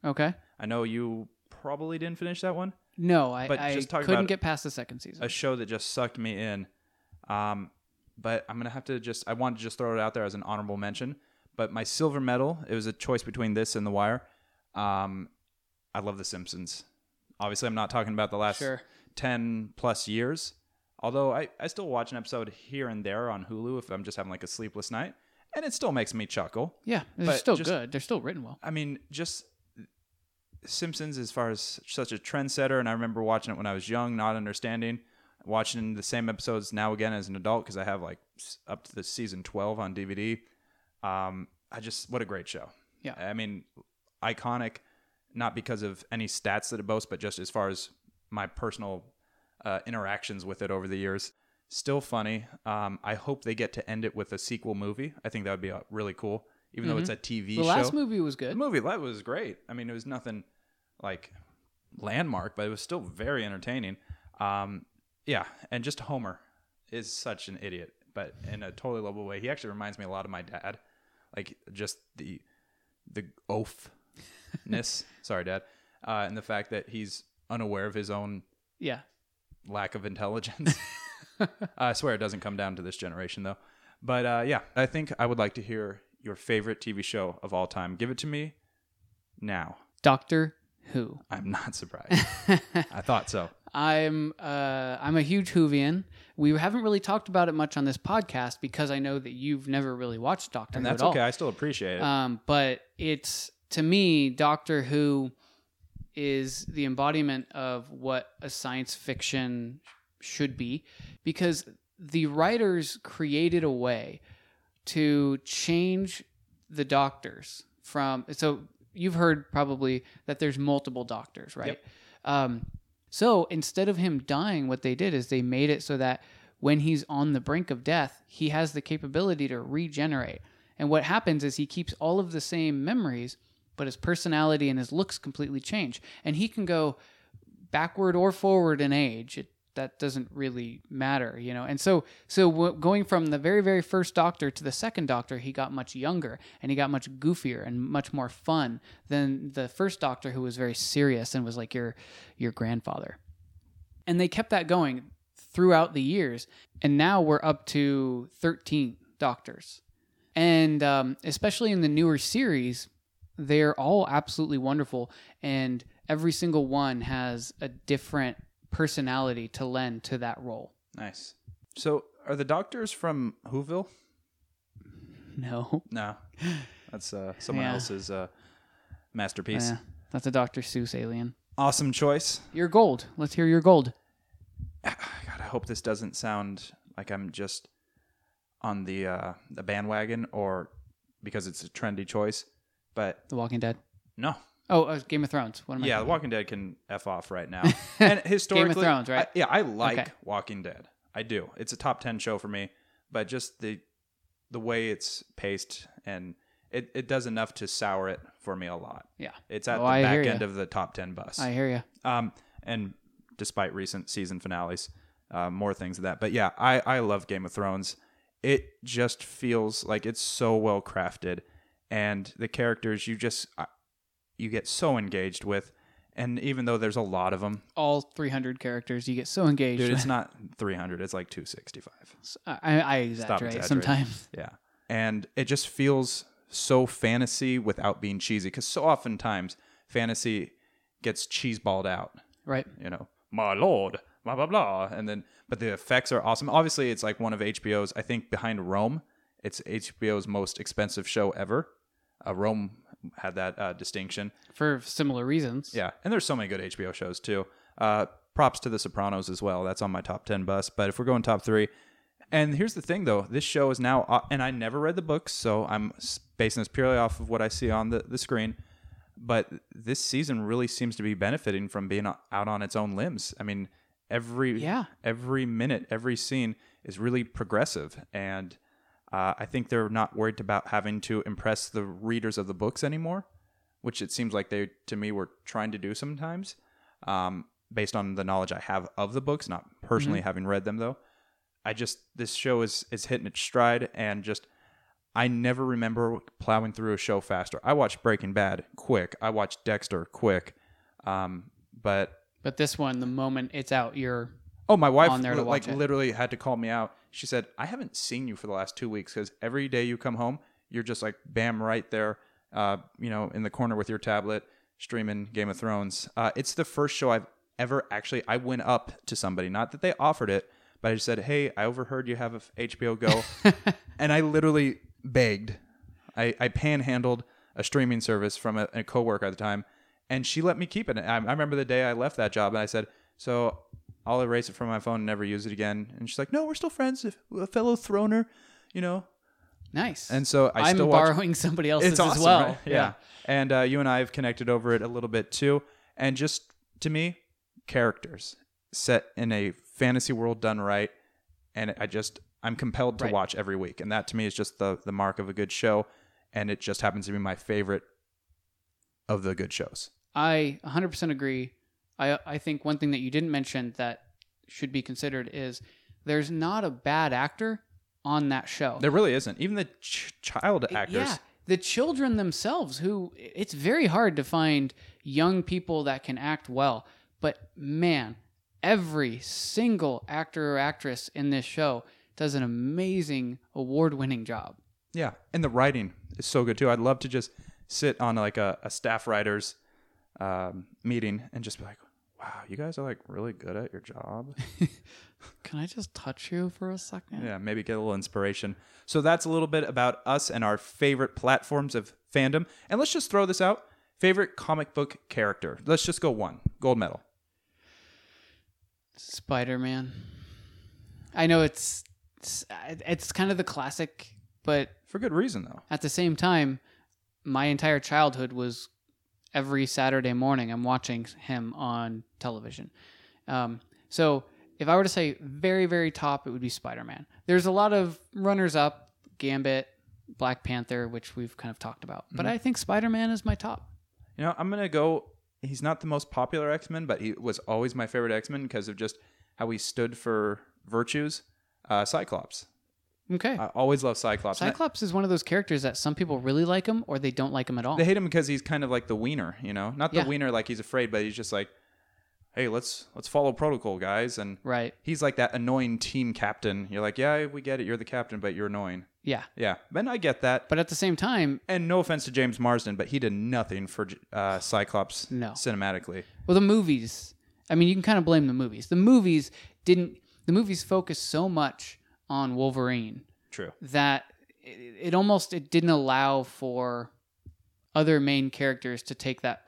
Speaker 2: okay.
Speaker 1: I know you probably didn't finish that one.
Speaker 2: No, I,
Speaker 1: But
Speaker 2: I
Speaker 1: just talk
Speaker 2: couldn't
Speaker 1: about-
Speaker 2: get past the second season.
Speaker 1: A show that just sucked me in. Um, but I'm gonna have to just. I wanted to just throw it out there as an honorable mention. But my silver medal. It was a choice between this and The Wire. Um, I love The Simpsons. Obviously, I'm not talking about the last
Speaker 2: Sure.
Speaker 1: 10 plus years. Although I, I still watch an episode here and there on Hulu if I'm just having like a sleepless night, and it still makes me chuckle.
Speaker 2: Yeah, they're
Speaker 1: but
Speaker 2: still
Speaker 1: just-
Speaker 2: good. They're still written well.
Speaker 1: I mean, just Simpsons as far as such a trendsetter, and I remember watching it when I was young, not understanding, watching the same episodes now again as an adult because I have like s- up to the season twelve on DVD. Um, I just what a great show.
Speaker 2: Yeah.
Speaker 1: I mean, iconic, not because of any stats that it boasts, but just as far as my personal uh, interactions with it over the years. Still funny. Um, I hope they get to end it with a sequel movie. I think that would be uh, really cool, even though it's a TV
Speaker 2: Mm-hmm.
Speaker 1: show.
Speaker 2: The last movie was
Speaker 1: The
Speaker 2: good.
Speaker 1: movie that was great. I mean, it was nothing like landmark, but it was still very entertaining. Um, yeah, and just Homer is such an idiot, but in a totally lovable way. He actually reminds me a lot of my dad, like just the the oafness. Sorry, Dad, uh, and the fact that he's unaware of his own
Speaker 2: Yeah.
Speaker 1: lack of intelligence. I swear it doesn't come down to this generation though. But uh, yeah, I think I would like to hear your favorite TV show of all time. Give it to me now.
Speaker 2: Doctor Who.
Speaker 1: I'm not surprised. I thought so.
Speaker 2: I'm uh, I'm a huge Whovian. We haven't really talked about it much on this podcast because I know that you've never really watched Doctor
Speaker 1: And
Speaker 2: Who
Speaker 1: that's
Speaker 2: at all. Uh,
Speaker 1: okay. I still appreciate it.
Speaker 2: Um, but it's to me Doctor Who is the embodiment of what a science fiction should be because the writers created a way to change the doctors from so you've heard probably that there's multiple doctors right um, so instead of him dying what they did is they made it so that when he's on the brink of death he has the capability to regenerate and what happens is he keeps all of the same memories but his personality and his looks completely change and he can go backward or forward in age it, that doesn't really matter you know and so so w- going from the very very first doctor to the second doctor he got much younger and he got much goofier and much more fun than the first doctor who was very serious and was like your your grandfather and they kept that going throughout the years and now we're up to 13 doctors and um, especially in the newer series they're all absolutely wonderful and every single one has a different personality to lend to that role
Speaker 1: Nice. So, are the doctors from Whoville?
Speaker 2: no
Speaker 1: No, that's uh, someone
Speaker 2: Yeah. Oh,
Speaker 1: else's uh, masterpiece.
Speaker 2: Yeah, that's a dr seuss alien
Speaker 1: Awesome choice.
Speaker 2: your gold let's hear your gold
Speaker 1: God, I hope this doesn't sound like I'm just on the uh, the bandwagon or because it's a trendy choice. But
Speaker 2: the walking dead
Speaker 1: no,
Speaker 2: oh uh, game of thrones what am i
Speaker 1: yeah, The
Speaker 2: thinking?
Speaker 1: Walking Dead can f off right now. and historically,
Speaker 2: Thrones, right?
Speaker 1: I- yeah, I like
Speaker 2: Okay.
Speaker 1: Walking Dead. I do. It's a top ten show for me, but just the the way it's paced and it, it does enough to sour it for me a lot.
Speaker 2: yeah
Speaker 1: It's at
Speaker 2: Oh,
Speaker 1: the
Speaker 2: I hear
Speaker 1: back
Speaker 2: ya.
Speaker 1: end of the top ten bus.
Speaker 2: i hear you
Speaker 1: Um, and despite recent season finales, uh, more things of that. But yeah, I, I love Game of Thrones. It just feels like it's so well crafted, and the characters you just uh, you get so engaged with. And even though there's a lot of them,
Speaker 2: all 300 characters you get so engaged
Speaker 1: dude,
Speaker 2: with-
Speaker 1: it's not 300. It's like 265.
Speaker 2: I, I exaggerate
Speaker 1: exaggerating.
Speaker 2: sometimes
Speaker 1: Yeah. And it just feels so fantasy without being cheesy, because so oftentimes fantasy gets cheeseballed out.
Speaker 2: right
Speaker 1: you know, my lord, blah blah blah, and then but the effects are awesome. Obviously, it's like one of HBO's. I think behind Rome, it's HBO's most expensive show ever. Uh, Rome had that uh, distinction.
Speaker 2: for similar reasons
Speaker 1: Yeah, and there's so many good HBO shows too. Uh, props to The Sopranos as well. That's on my top ten bus. But if we're going top three, and here's the thing though, this show is now, uh, and I never read the books, so I'm s- basing this purely off of what I see on the, the screen. But this season really seems to be benefiting from being o- out on its own limbs. I mean, every
Speaker 2: Yeah.
Speaker 1: every minute, every scene is really progressive, and uh, I think they're not worried about having to impress the readers of the books anymore which it seems like they to me were trying to do sometimes um, based on the knowledge i have of the books not personally having read them though i just this show is is hitting its stride and just i never remember plowing through a show faster i watched breaking bad quick i watched dexter quick um, but
Speaker 2: But this one, the moment it's out, you're
Speaker 1: Oh, my wife
Speaker 2: on there to
Speaker 1: li-
Speaker 2: watch
Speaker 1: like
Speaker 2: it.
Speaker 1: literally had to call me out. She said, "I haven't seen you for the last two weeks because every day you come home, you're just like bam right there, uh, you know, in the corner with your tablet streaming Game of Thrones. Uh, it's the first show I've ever actually. I went up to somebody, not that they offered it, but I just said, "Hey, I overheard you have a f- HBO Go," and I literally begged. I, I panhandled a streaming service from a, a coworker at the time, and she let me keep it. And I, I remember the day I left that job, and I said, "So I'll erase it from my phone and never use it again." And she's like, "No, we're still friends, if- a fellow throner, you know."
Speaker 2: nice.
Speaker 1: And so I
Speaker 2: am
Speaker 1: still watch.
Speaker 2: borrowing somebody else's
Speaker 1: It's awesome,
Speaker 2: as well.
Speaker 1: right? yeah. And uh, you and I have connected over it a little bit too, and just to me, characters set in a fantasy world done right, and I just I'm compelled to
Speaker 2: Right.
Speaker 1: watch every week, and that to me is just the the mark of a good show, and it just happens to be my favorite of the good shows.
Speaker 2: I 100% agree. I I think one thing that you didn't mention that should be considered is there's not a bad actor on that show.
Speaker 1: There really isn't. Even the ch- child actors.
Speaker 2: Yeah, the children themselves who it's very hard to find young people that can act well, but man, every single actor or actress in this show does an amazing award-winning job.
Speaker 1: Yeah, and the writing is so good too. I'd love to just sit on like a, a staff writers um, meeting and just be like, "Wow, you guys are like really good at your job."
Speaker 2: Can I just touch you for a second?
Speaker 1: yeah, maybe get a little inspiration. So that's a little bit about us and our favorite platforms of fandom. And let's just throw this out: Favorite comic book character? Let's just go one. Gold medal.
Speaker 2: Spider Man. I know it's, it's it's kind of the classic, but
Speaker 1: For good reason, though.
Speaker 2: at the same time, my entire childhood was every Saturday morning I'm watching him on television. Um, so if I were to say very, very top, it would be Spider Man. There's a lot of runners up Gambit, Black Panther, which we've kind of talked about, but I think Spider Man is my top.
Speaker 1: You know, I'm gonna go. He's not the most popular X Men, but he was always my favorite X Men because of just how he stood for virtues. Uh, Cyclops.
Speaker 2: Okay.
Speaker 1: I always love Cyclops. And I-
Speaker 2: Cyclops is one of those characters that some people really like him or they don't like him at all.
Speaker 1: They hate him because he's kind of like the wiener, you know, not the
Speaker 2: Yeah.
Speaker 1: wiener like he's afraid, but he's just like, hey, let's let's follow protocol, guys, and
Speaker 2: right.
Speaker 1: he's like that annoying team captain. You're like, yeah, we get it, you're the captain, but you're annoying.
Speaker 2: Yeah.
Speaker 1: Yeah, and I get that.
Speaker 2: But at the same time,
Speaker 1: And no offense to James Marsden, but he did nothing for uh, Cyclops
Speaker 2: No.
Speaker 1: cinematically.
Speaker 2: Well, the movies. I mean, you can kind of blame the movies. The movies didn't. The movies focused so much on Wolverine
Speaker 1: True.
Speaker 2: that it, it almost it didn't allow for other main characters to take that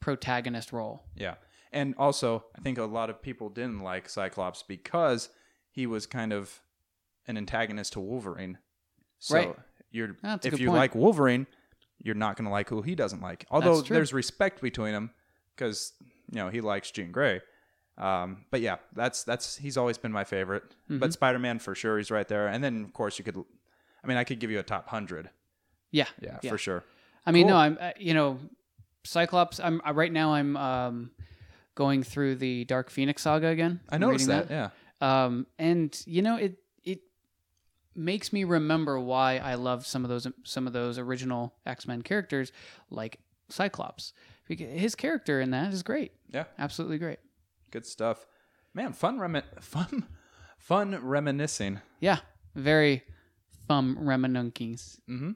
Speaker 2: protagonist role.
Speaker 1: Yeah. And also, I think a lot of people didn't like Cyclops because he was kind of an antagonist to Wolverine. So
Speaker 2: Right. Ah,
Speaker 1: you're
Speaker 2: That's a
Speaker 1: if
Speaker 2: good
Speaker 1: you
Speaker 2: point.
Speaker 1: like Wolverine, you're not going to like who he doesn't like. Although
Speaker 2: That's true.
Speaker 1: there's respect between them cuz you know, he likes Jean Grey. Um, but yeah, that's that's he's always been my favorite.
Speaker 2: Mm-hmm.
Speaker 1: But Spider-Man for sure he's right there. And then of course you could I mean, I could give you a top 100.
Speaker 2: Yeah.
Speaker 1: Yeah, for sure.
Speaker 2: I mean, no,
Speaker 1: Cool.
Speaker 2: I'm uh, you know, Cyclops. I'm I, right now. I'm um, going through the Dark Phoenix saga again.
Speaker 1: I
Speaker 2: I'm
Speaker 1: noticed
Speaker 2: reading
Speaker 1: that. Yeah.
Speaker 2: um, and you know it it makes me remember why I love some of those some of those original X Men characters like Cyclops. Because his character in that is great,
Speaker 1: Yeah.
Speaker 2: absolutely great.
Speaker 1: Good stuff. Man, fun remi- fun fun reminiscing.
Speaker 2: Yeah, very thumb reminunkings.
Speaker 1: Mm-hmm.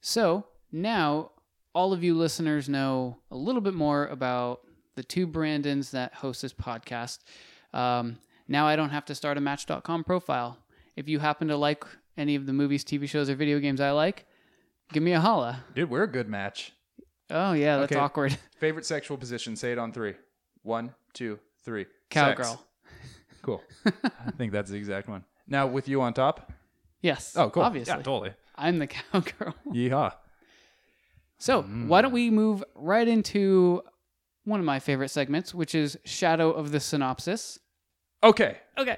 Speaker 2: So now all of you listeners know a little bit more about the two Brandons that host this podcast. Um, now I don't have to start a Match.com profile. If you happen to like any of the movies, TV shows, or video games I like, give me a holla.
Speaker 1: Dude, we're a good match.
Speaker 2: Oh yeah, that's
Speaker 1: Okay.
Speaker 2: awkward.
Speaker 1: Favorite sexual position? Say it on three. One, two, three.
Speaker 2: Cowgirl.
Speaker 1: Sex. Cool. I think that's the exact one. Now with you on top.
Speaker 2: Yes.
Speaker 1: Oh, cool.
Speaker 2: Obviously,
Speaker 1: Yeah, totally.
Speaker 2: I'm the cowgirl.
Speaker 1: Yeehaw.
Speaker 2: So
Speaker 1: Mm.
Speaker 2: why don't we move right into one of my favorite segments, which is Shadow of the Synopsis.
Speaker 1: Okay.
Speaker 2: Okay.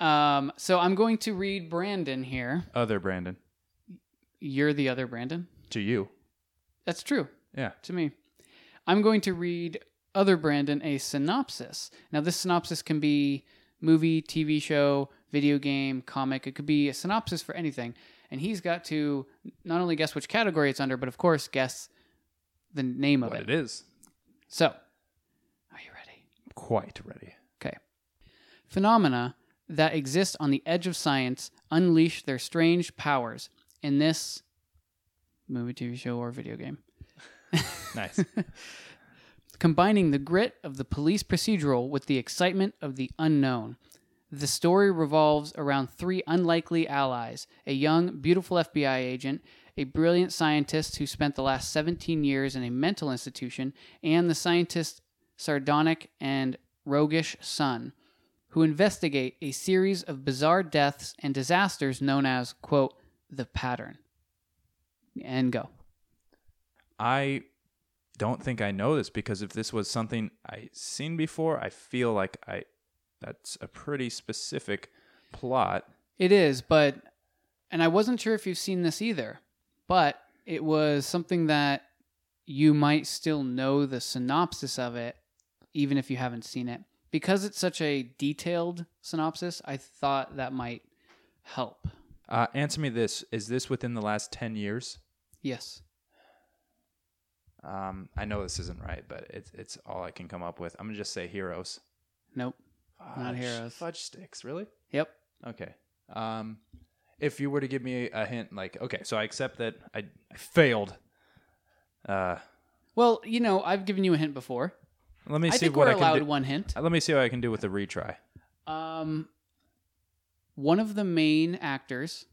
Speaker 2: Um, so I'm going to read Brandon here.
Speaker 1: Other Brandon.
Speaker 2: You're the other Brandon.
Speaker 1: To you.
Speaker 2: That's true
Speaker 1: Yeah.
Speaker 2: to me. I'm going to read other Brandon a synopsis. Now this synopsis can be movie, TV show, video game, comic. It could be a synopsis for anything. And he's got to not only guess which category it's under, but of course guess the name of
Speaker 1: What
Speaker 2: it.
Speaker 1: it is.
Speaker 2: So, are you ready?
Speaker 1: Quite ready.
Speaker 2: Okay. Phenomena that exist on the edge of science unleash their strange powers in this movie, TV show, or video game.
Speaker 1: Nice.
Speaker 2: Combining the grit of the police procedural with the excitement of the unknown. The story revolves around three unlikely allies a young, beautiful FBI agent, a brilliant scientist who spent the last 17 years in a mental institution, and the scientist's sardonic and roguish son, who investigate a series of bizarre deaths and disasters known as, quote, the pattern. And go.
Speaker 1: I don't think I know this because if this was something I seen before, I feel like I that's a pretty specific plot.
Speaker 2: It is, but and I wasn't sure if you've seen this either, but it was something that you might still know the synopsis of it even if you haven't seen it. Because it's such a detailed synopsis, I thought that might help.
Speaker 1: Uh, answer me this: Is this within the last ten years?
Speaker 2: Yes.
Speaker 1: Um, I know this isn't right, but it's it's all I can come up with. I'm gonna just say heroes.
Speaker 2: Nope. Not
Speaker 1: Fudge-
Speaker 2: heroes.
Speaker 1: Fudge sticks, really?
Speaker 2: Yep.
Speaker 1: Okay. Um, if you were to give me a hint, like, okay, so I accept that I, I failed. Uh,
Speaker 2: Well, you know, I've given you a hint before.
Speaker 1: let me
Speaker 2: I
Speaker 1: see
Speaker 2: think
Speaker 1: what
Speaker 2: we're
Speaker 1: I can
Speaker 2: allowed
Speaker 1: do.
Speaker 2: one hint.
Speaker 1: Uh, Let me see what I can do with a retry.
Speaker 2: Um, one of the main actors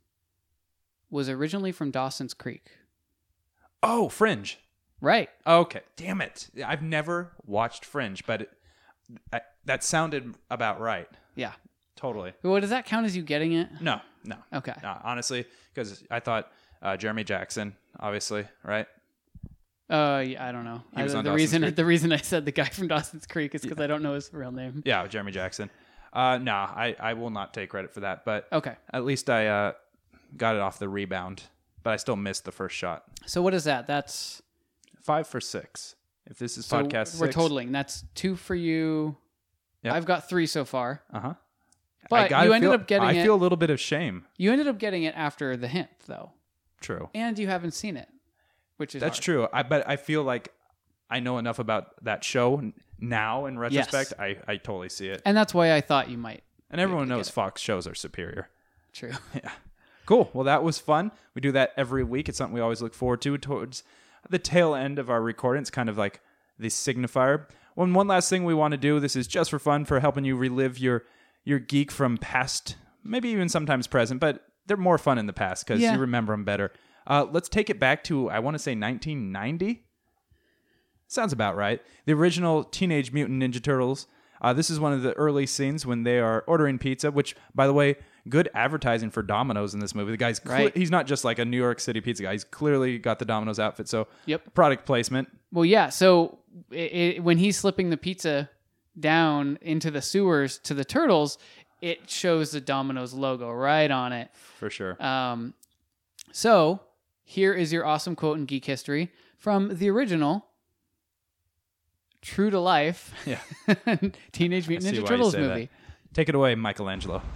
Speaker 2: was originally from Dawson's Creek.
Speaker 1: Oh, Fringe.
Speaker 2: Right.
Speaker 1: Okay, damn it. I've never watched Fringe, but it, I, that sounded about right.
Speaker 2: Yeah.
Speaker 1: Totally.
Speaker 2: Well, does that count as you getting it?
Speaker 1: No, no,
Speaker 2: Okay.
Speaker 1: no honestly, because I thought uh, Jeremy Jackson, obviously, right?
Speaker 2: Uh, yeah, I don't know.
Speaker 1: He was
Speaker 2: I,
Speaker 1: on
Speaker 2: the
Speaker 1: Dawson's
Speaker 2: reason
Speaker 1: Creek.
Speaker 2: the reason I said the guy from Dawson's Creek is because I don't know his real name.
Speaker 1: Yeah, Jeremy Jackson. Uh, nah, I, I will not take credit for that, but
Speaker 2: Okay.
Speaker 1: at least I uh, got it off the rebound, but I still missed the first shot.
Speaker 2: So what is that? That's
Speaker 1: Five for six. If this is
Speaker 2: so
Speaker 1: podcast,
Speaker 2: We're
Speaker 1: six,
Speaker 2: totaling. That's two for you.
Speaker 1: Yep.
Speaker 2: I've got three so far.
Speaker 1: Uh huh.
Speaker 2: But you ended up getting
Speaker 1: I
Speaker 2: it-
Speaker 1: feel a little bit of shame.
Speaker 2: You ended up getting it after the hint, though,
Speaker 1: True.
Speaker 2: and you haven't seen it, which is
Speaker 1: That's
Speaker 2: hard.
Speaker 1: true. I but I feel like I know enough about that show n- now in retrospect. I, I totally see it.
Speaker 2: And that's why I thought you might.
Speaker 1: And everyone
Speaker 2: get
Speaker 1: knows
Speaker 2: it.
Speaker 1: Fox shows are superior.
Speaker 2: True.
Speaker 1: Cool. Well, that was fun. We do that every week. It's something we always look forward to towards the tail end of our recording. It's kind of like the signifier. One one last thing we want to do. This is just for fun for helping you relive your your geek from past, maybe even sometimes present, but they're more fun in the past because
Speaker 2: Yeah.
Speaker 1: you remember them better. Uh, let's take it back to I want to say 1990. Sounds about right. The original Teenage Mutant Ninja Turtles. Uh, this is one of the early scenes when they are ordering pizza, which, by the way, good advertising for Domino's in this movie. The guy's cle-
Speaker 2: Right.
Speaker 1: he's not just like a New York City pizza guy. He's clearly got the Domino's outfit. So
Speaker 2: Yep.
Speaker 1: product placement.
Speaker 2: Well, yeah. So i i when he's slipping the pizza down into the sewers to the turtles, it shows the Domino's logo right on it.
Speaker 1: For sure.
Speaker 2: Um, so here is your awesome quote in geek history from the original, true to life,
Speaker 1: Yeah.
Speaker 2: Teenage
Speaker 1: see
Speaker 2: Mutant
Speaker 1: why
Speaker 2: Ninja
Speaker 1: you
Speaker 2: Turtles
Speaker 1: say that.
Speaker 2: movie.
Speaker 1: Take it away, Michelangelo.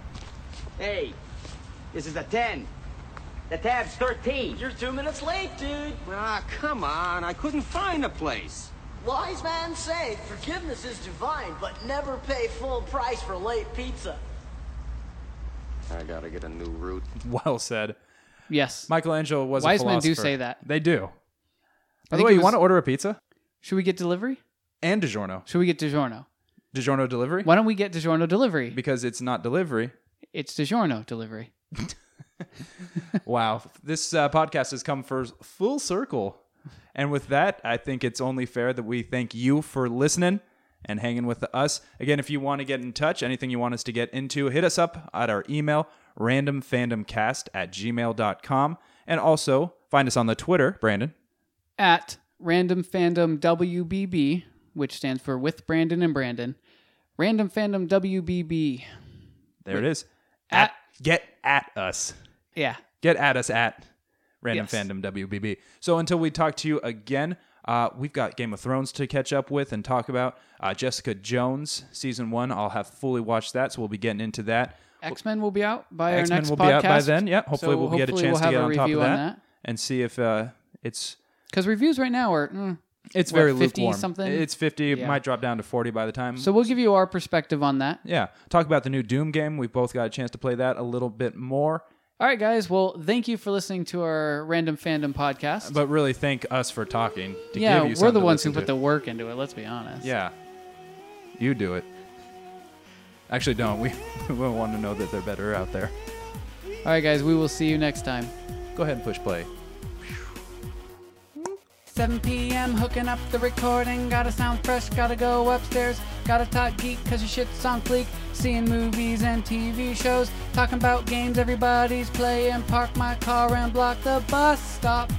Speaker 4: Hey, this is the 10. The tab's 13. You're two minutes late, dude. Ah, come on. I couldn't find the place.
Speaker 5: Wise man say forgiveness is divine, but never pay full price for late pizza.
Speaker 4: I gotta get a new route.
Speaker 1: Well said.
Speaker 2: Yes.
Speaker 1: Michelangelo was
Speaker 2: Wise
Speaker 1: a
Speaker 2: men do
Speaker 1: philosopher.
Speaker 2: say that.
Speaker 1: They do. By the
Speaker 2: think
Speaker 1: way,
Speaker 2: it
Speaker 1: you
Speaker 2: was-
Speaker 1: want to order a pizza
Speaker 2: Should we get delivery?
Speaker 1: and DiGiorno.
Speaker 2: Should we get DiGiorno?
Speaker 1: DiGiorno delivery?
Speaker 2: Why don't we get DiGiorno delivery?
Speaker 1: Because it's not delivery.
Speaker 2: it's DiGiorno delivery.
Speaker 1: Wow. This uh, podcast has come for full circle. And with that, I think it's only fair that we thank you for listening and hanging with us. Again, if you want to get in touch, anything you want us to get into, hit us up at our email, randomfandomcast at gmail.com. And also find us on the Twitter, Brandon.
Speaker 2: at Random Fandom WBB, which stands for with Brandon and Brandon. Random Fandom WBB.
Speaker 1: There it is.
Speaker 2: At-
Speaker 1: get at us.
Speaker 2: Yeah.
Speaker 1: Get at us at Random
Speaker 2: Yes.
Speaker 1: Fandom WBB. So until we talk to you again, uh, we've got Game of Thrones to catch up with and talk about. Uh, Jessica Jones season one. I'll have fully watched that, so we'll be getting into that.
Speaker 2: X Men will be out by
Speaker 1: X
Speaker 2: our
Speaker 1: Men
Speaker 2: next
Speaker 1: will
Speaker 2: podcast.
Speaker 1: be out by then. Yeah, hopefully
Speaker 2: So
Speaker 1: we'll get a
Speaker 2: hopefully
Speaker 1: chance
Speaker 2: we'll
Speaker 1: to
Speaker 2: have
Speaker 1: get
Speaker 2: a
Speaker 1: on top of
Speaker 2: review
Speaker 1: that,
Speaker 2: on that.
Speaker 1: and see if uh, it's
Speaker 2: Because reviews right now are. Mm.
Speaker 1: it's
Speaker 2: What,
Speaker 1: very
Speaker 2: 50
Speaker 1: lukewarm.
Speaker 2: something?
Speaker 1: It's fifty. It
Speaker 2: Yeah.
Speaker 1: might drop down to forty by the time.
Speaker 2: So we'll give you our perspective on that.
Speaker 1: yeah, talk about the new Doom game. We've both got a chance to play that a little bit more.
Speaker 2: All right, guys. Well, thank you for listening to our Random Fandom podcast.
Speaker 1: But really, thank us for talking. To
Speaker 2: yeah,
Speaker 1: give you
Speaker 2: we're
Speaker 1: something
Speaker 2: the
Speaker 1: to
Speaker 2: ones who
Speaker 1: listen
Speaker 2: put
Speaker 1: to.
Speaker 2: the work into it. Let's be honest.
Speaker 1: Yeah, you do it. Actually, don't. We, we want to know that they're better out there.
Speaker 2: All right, guys. We will see you next time.
Speaker 1: Go ahead and push play.
Speaker 2: 7 p.m. hooking up the recording. Gotta sound fresh, gotta go upstairs. Gotta talk geek, cause your shit's on fleek. Seeing movies and TV shows. Talking about games everybody's playing. Park my car and block the bus stop.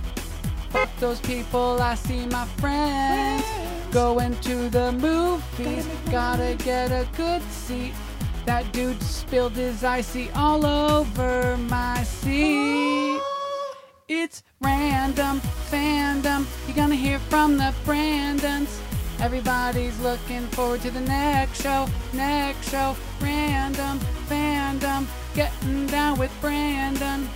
Speaker 2: Fuck those people, I see my friends. Going to the movies, gotta get a good seat. That dude spilled his icy all over my seat. It's random fandom. You're gonna hear from the Brandons. Everybody's looking forward to the next show. Next show, random fandom. Getting down with Brandon.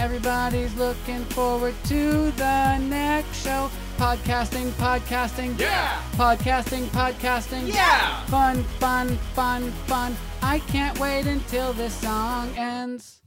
Speaker 2: Everybody's looking forward to the next show. Podcasting, podcasting. Yeah! Podcasting, podcasting. Yeah! Fun, fun, fun, fun. I can't wait until this song ends.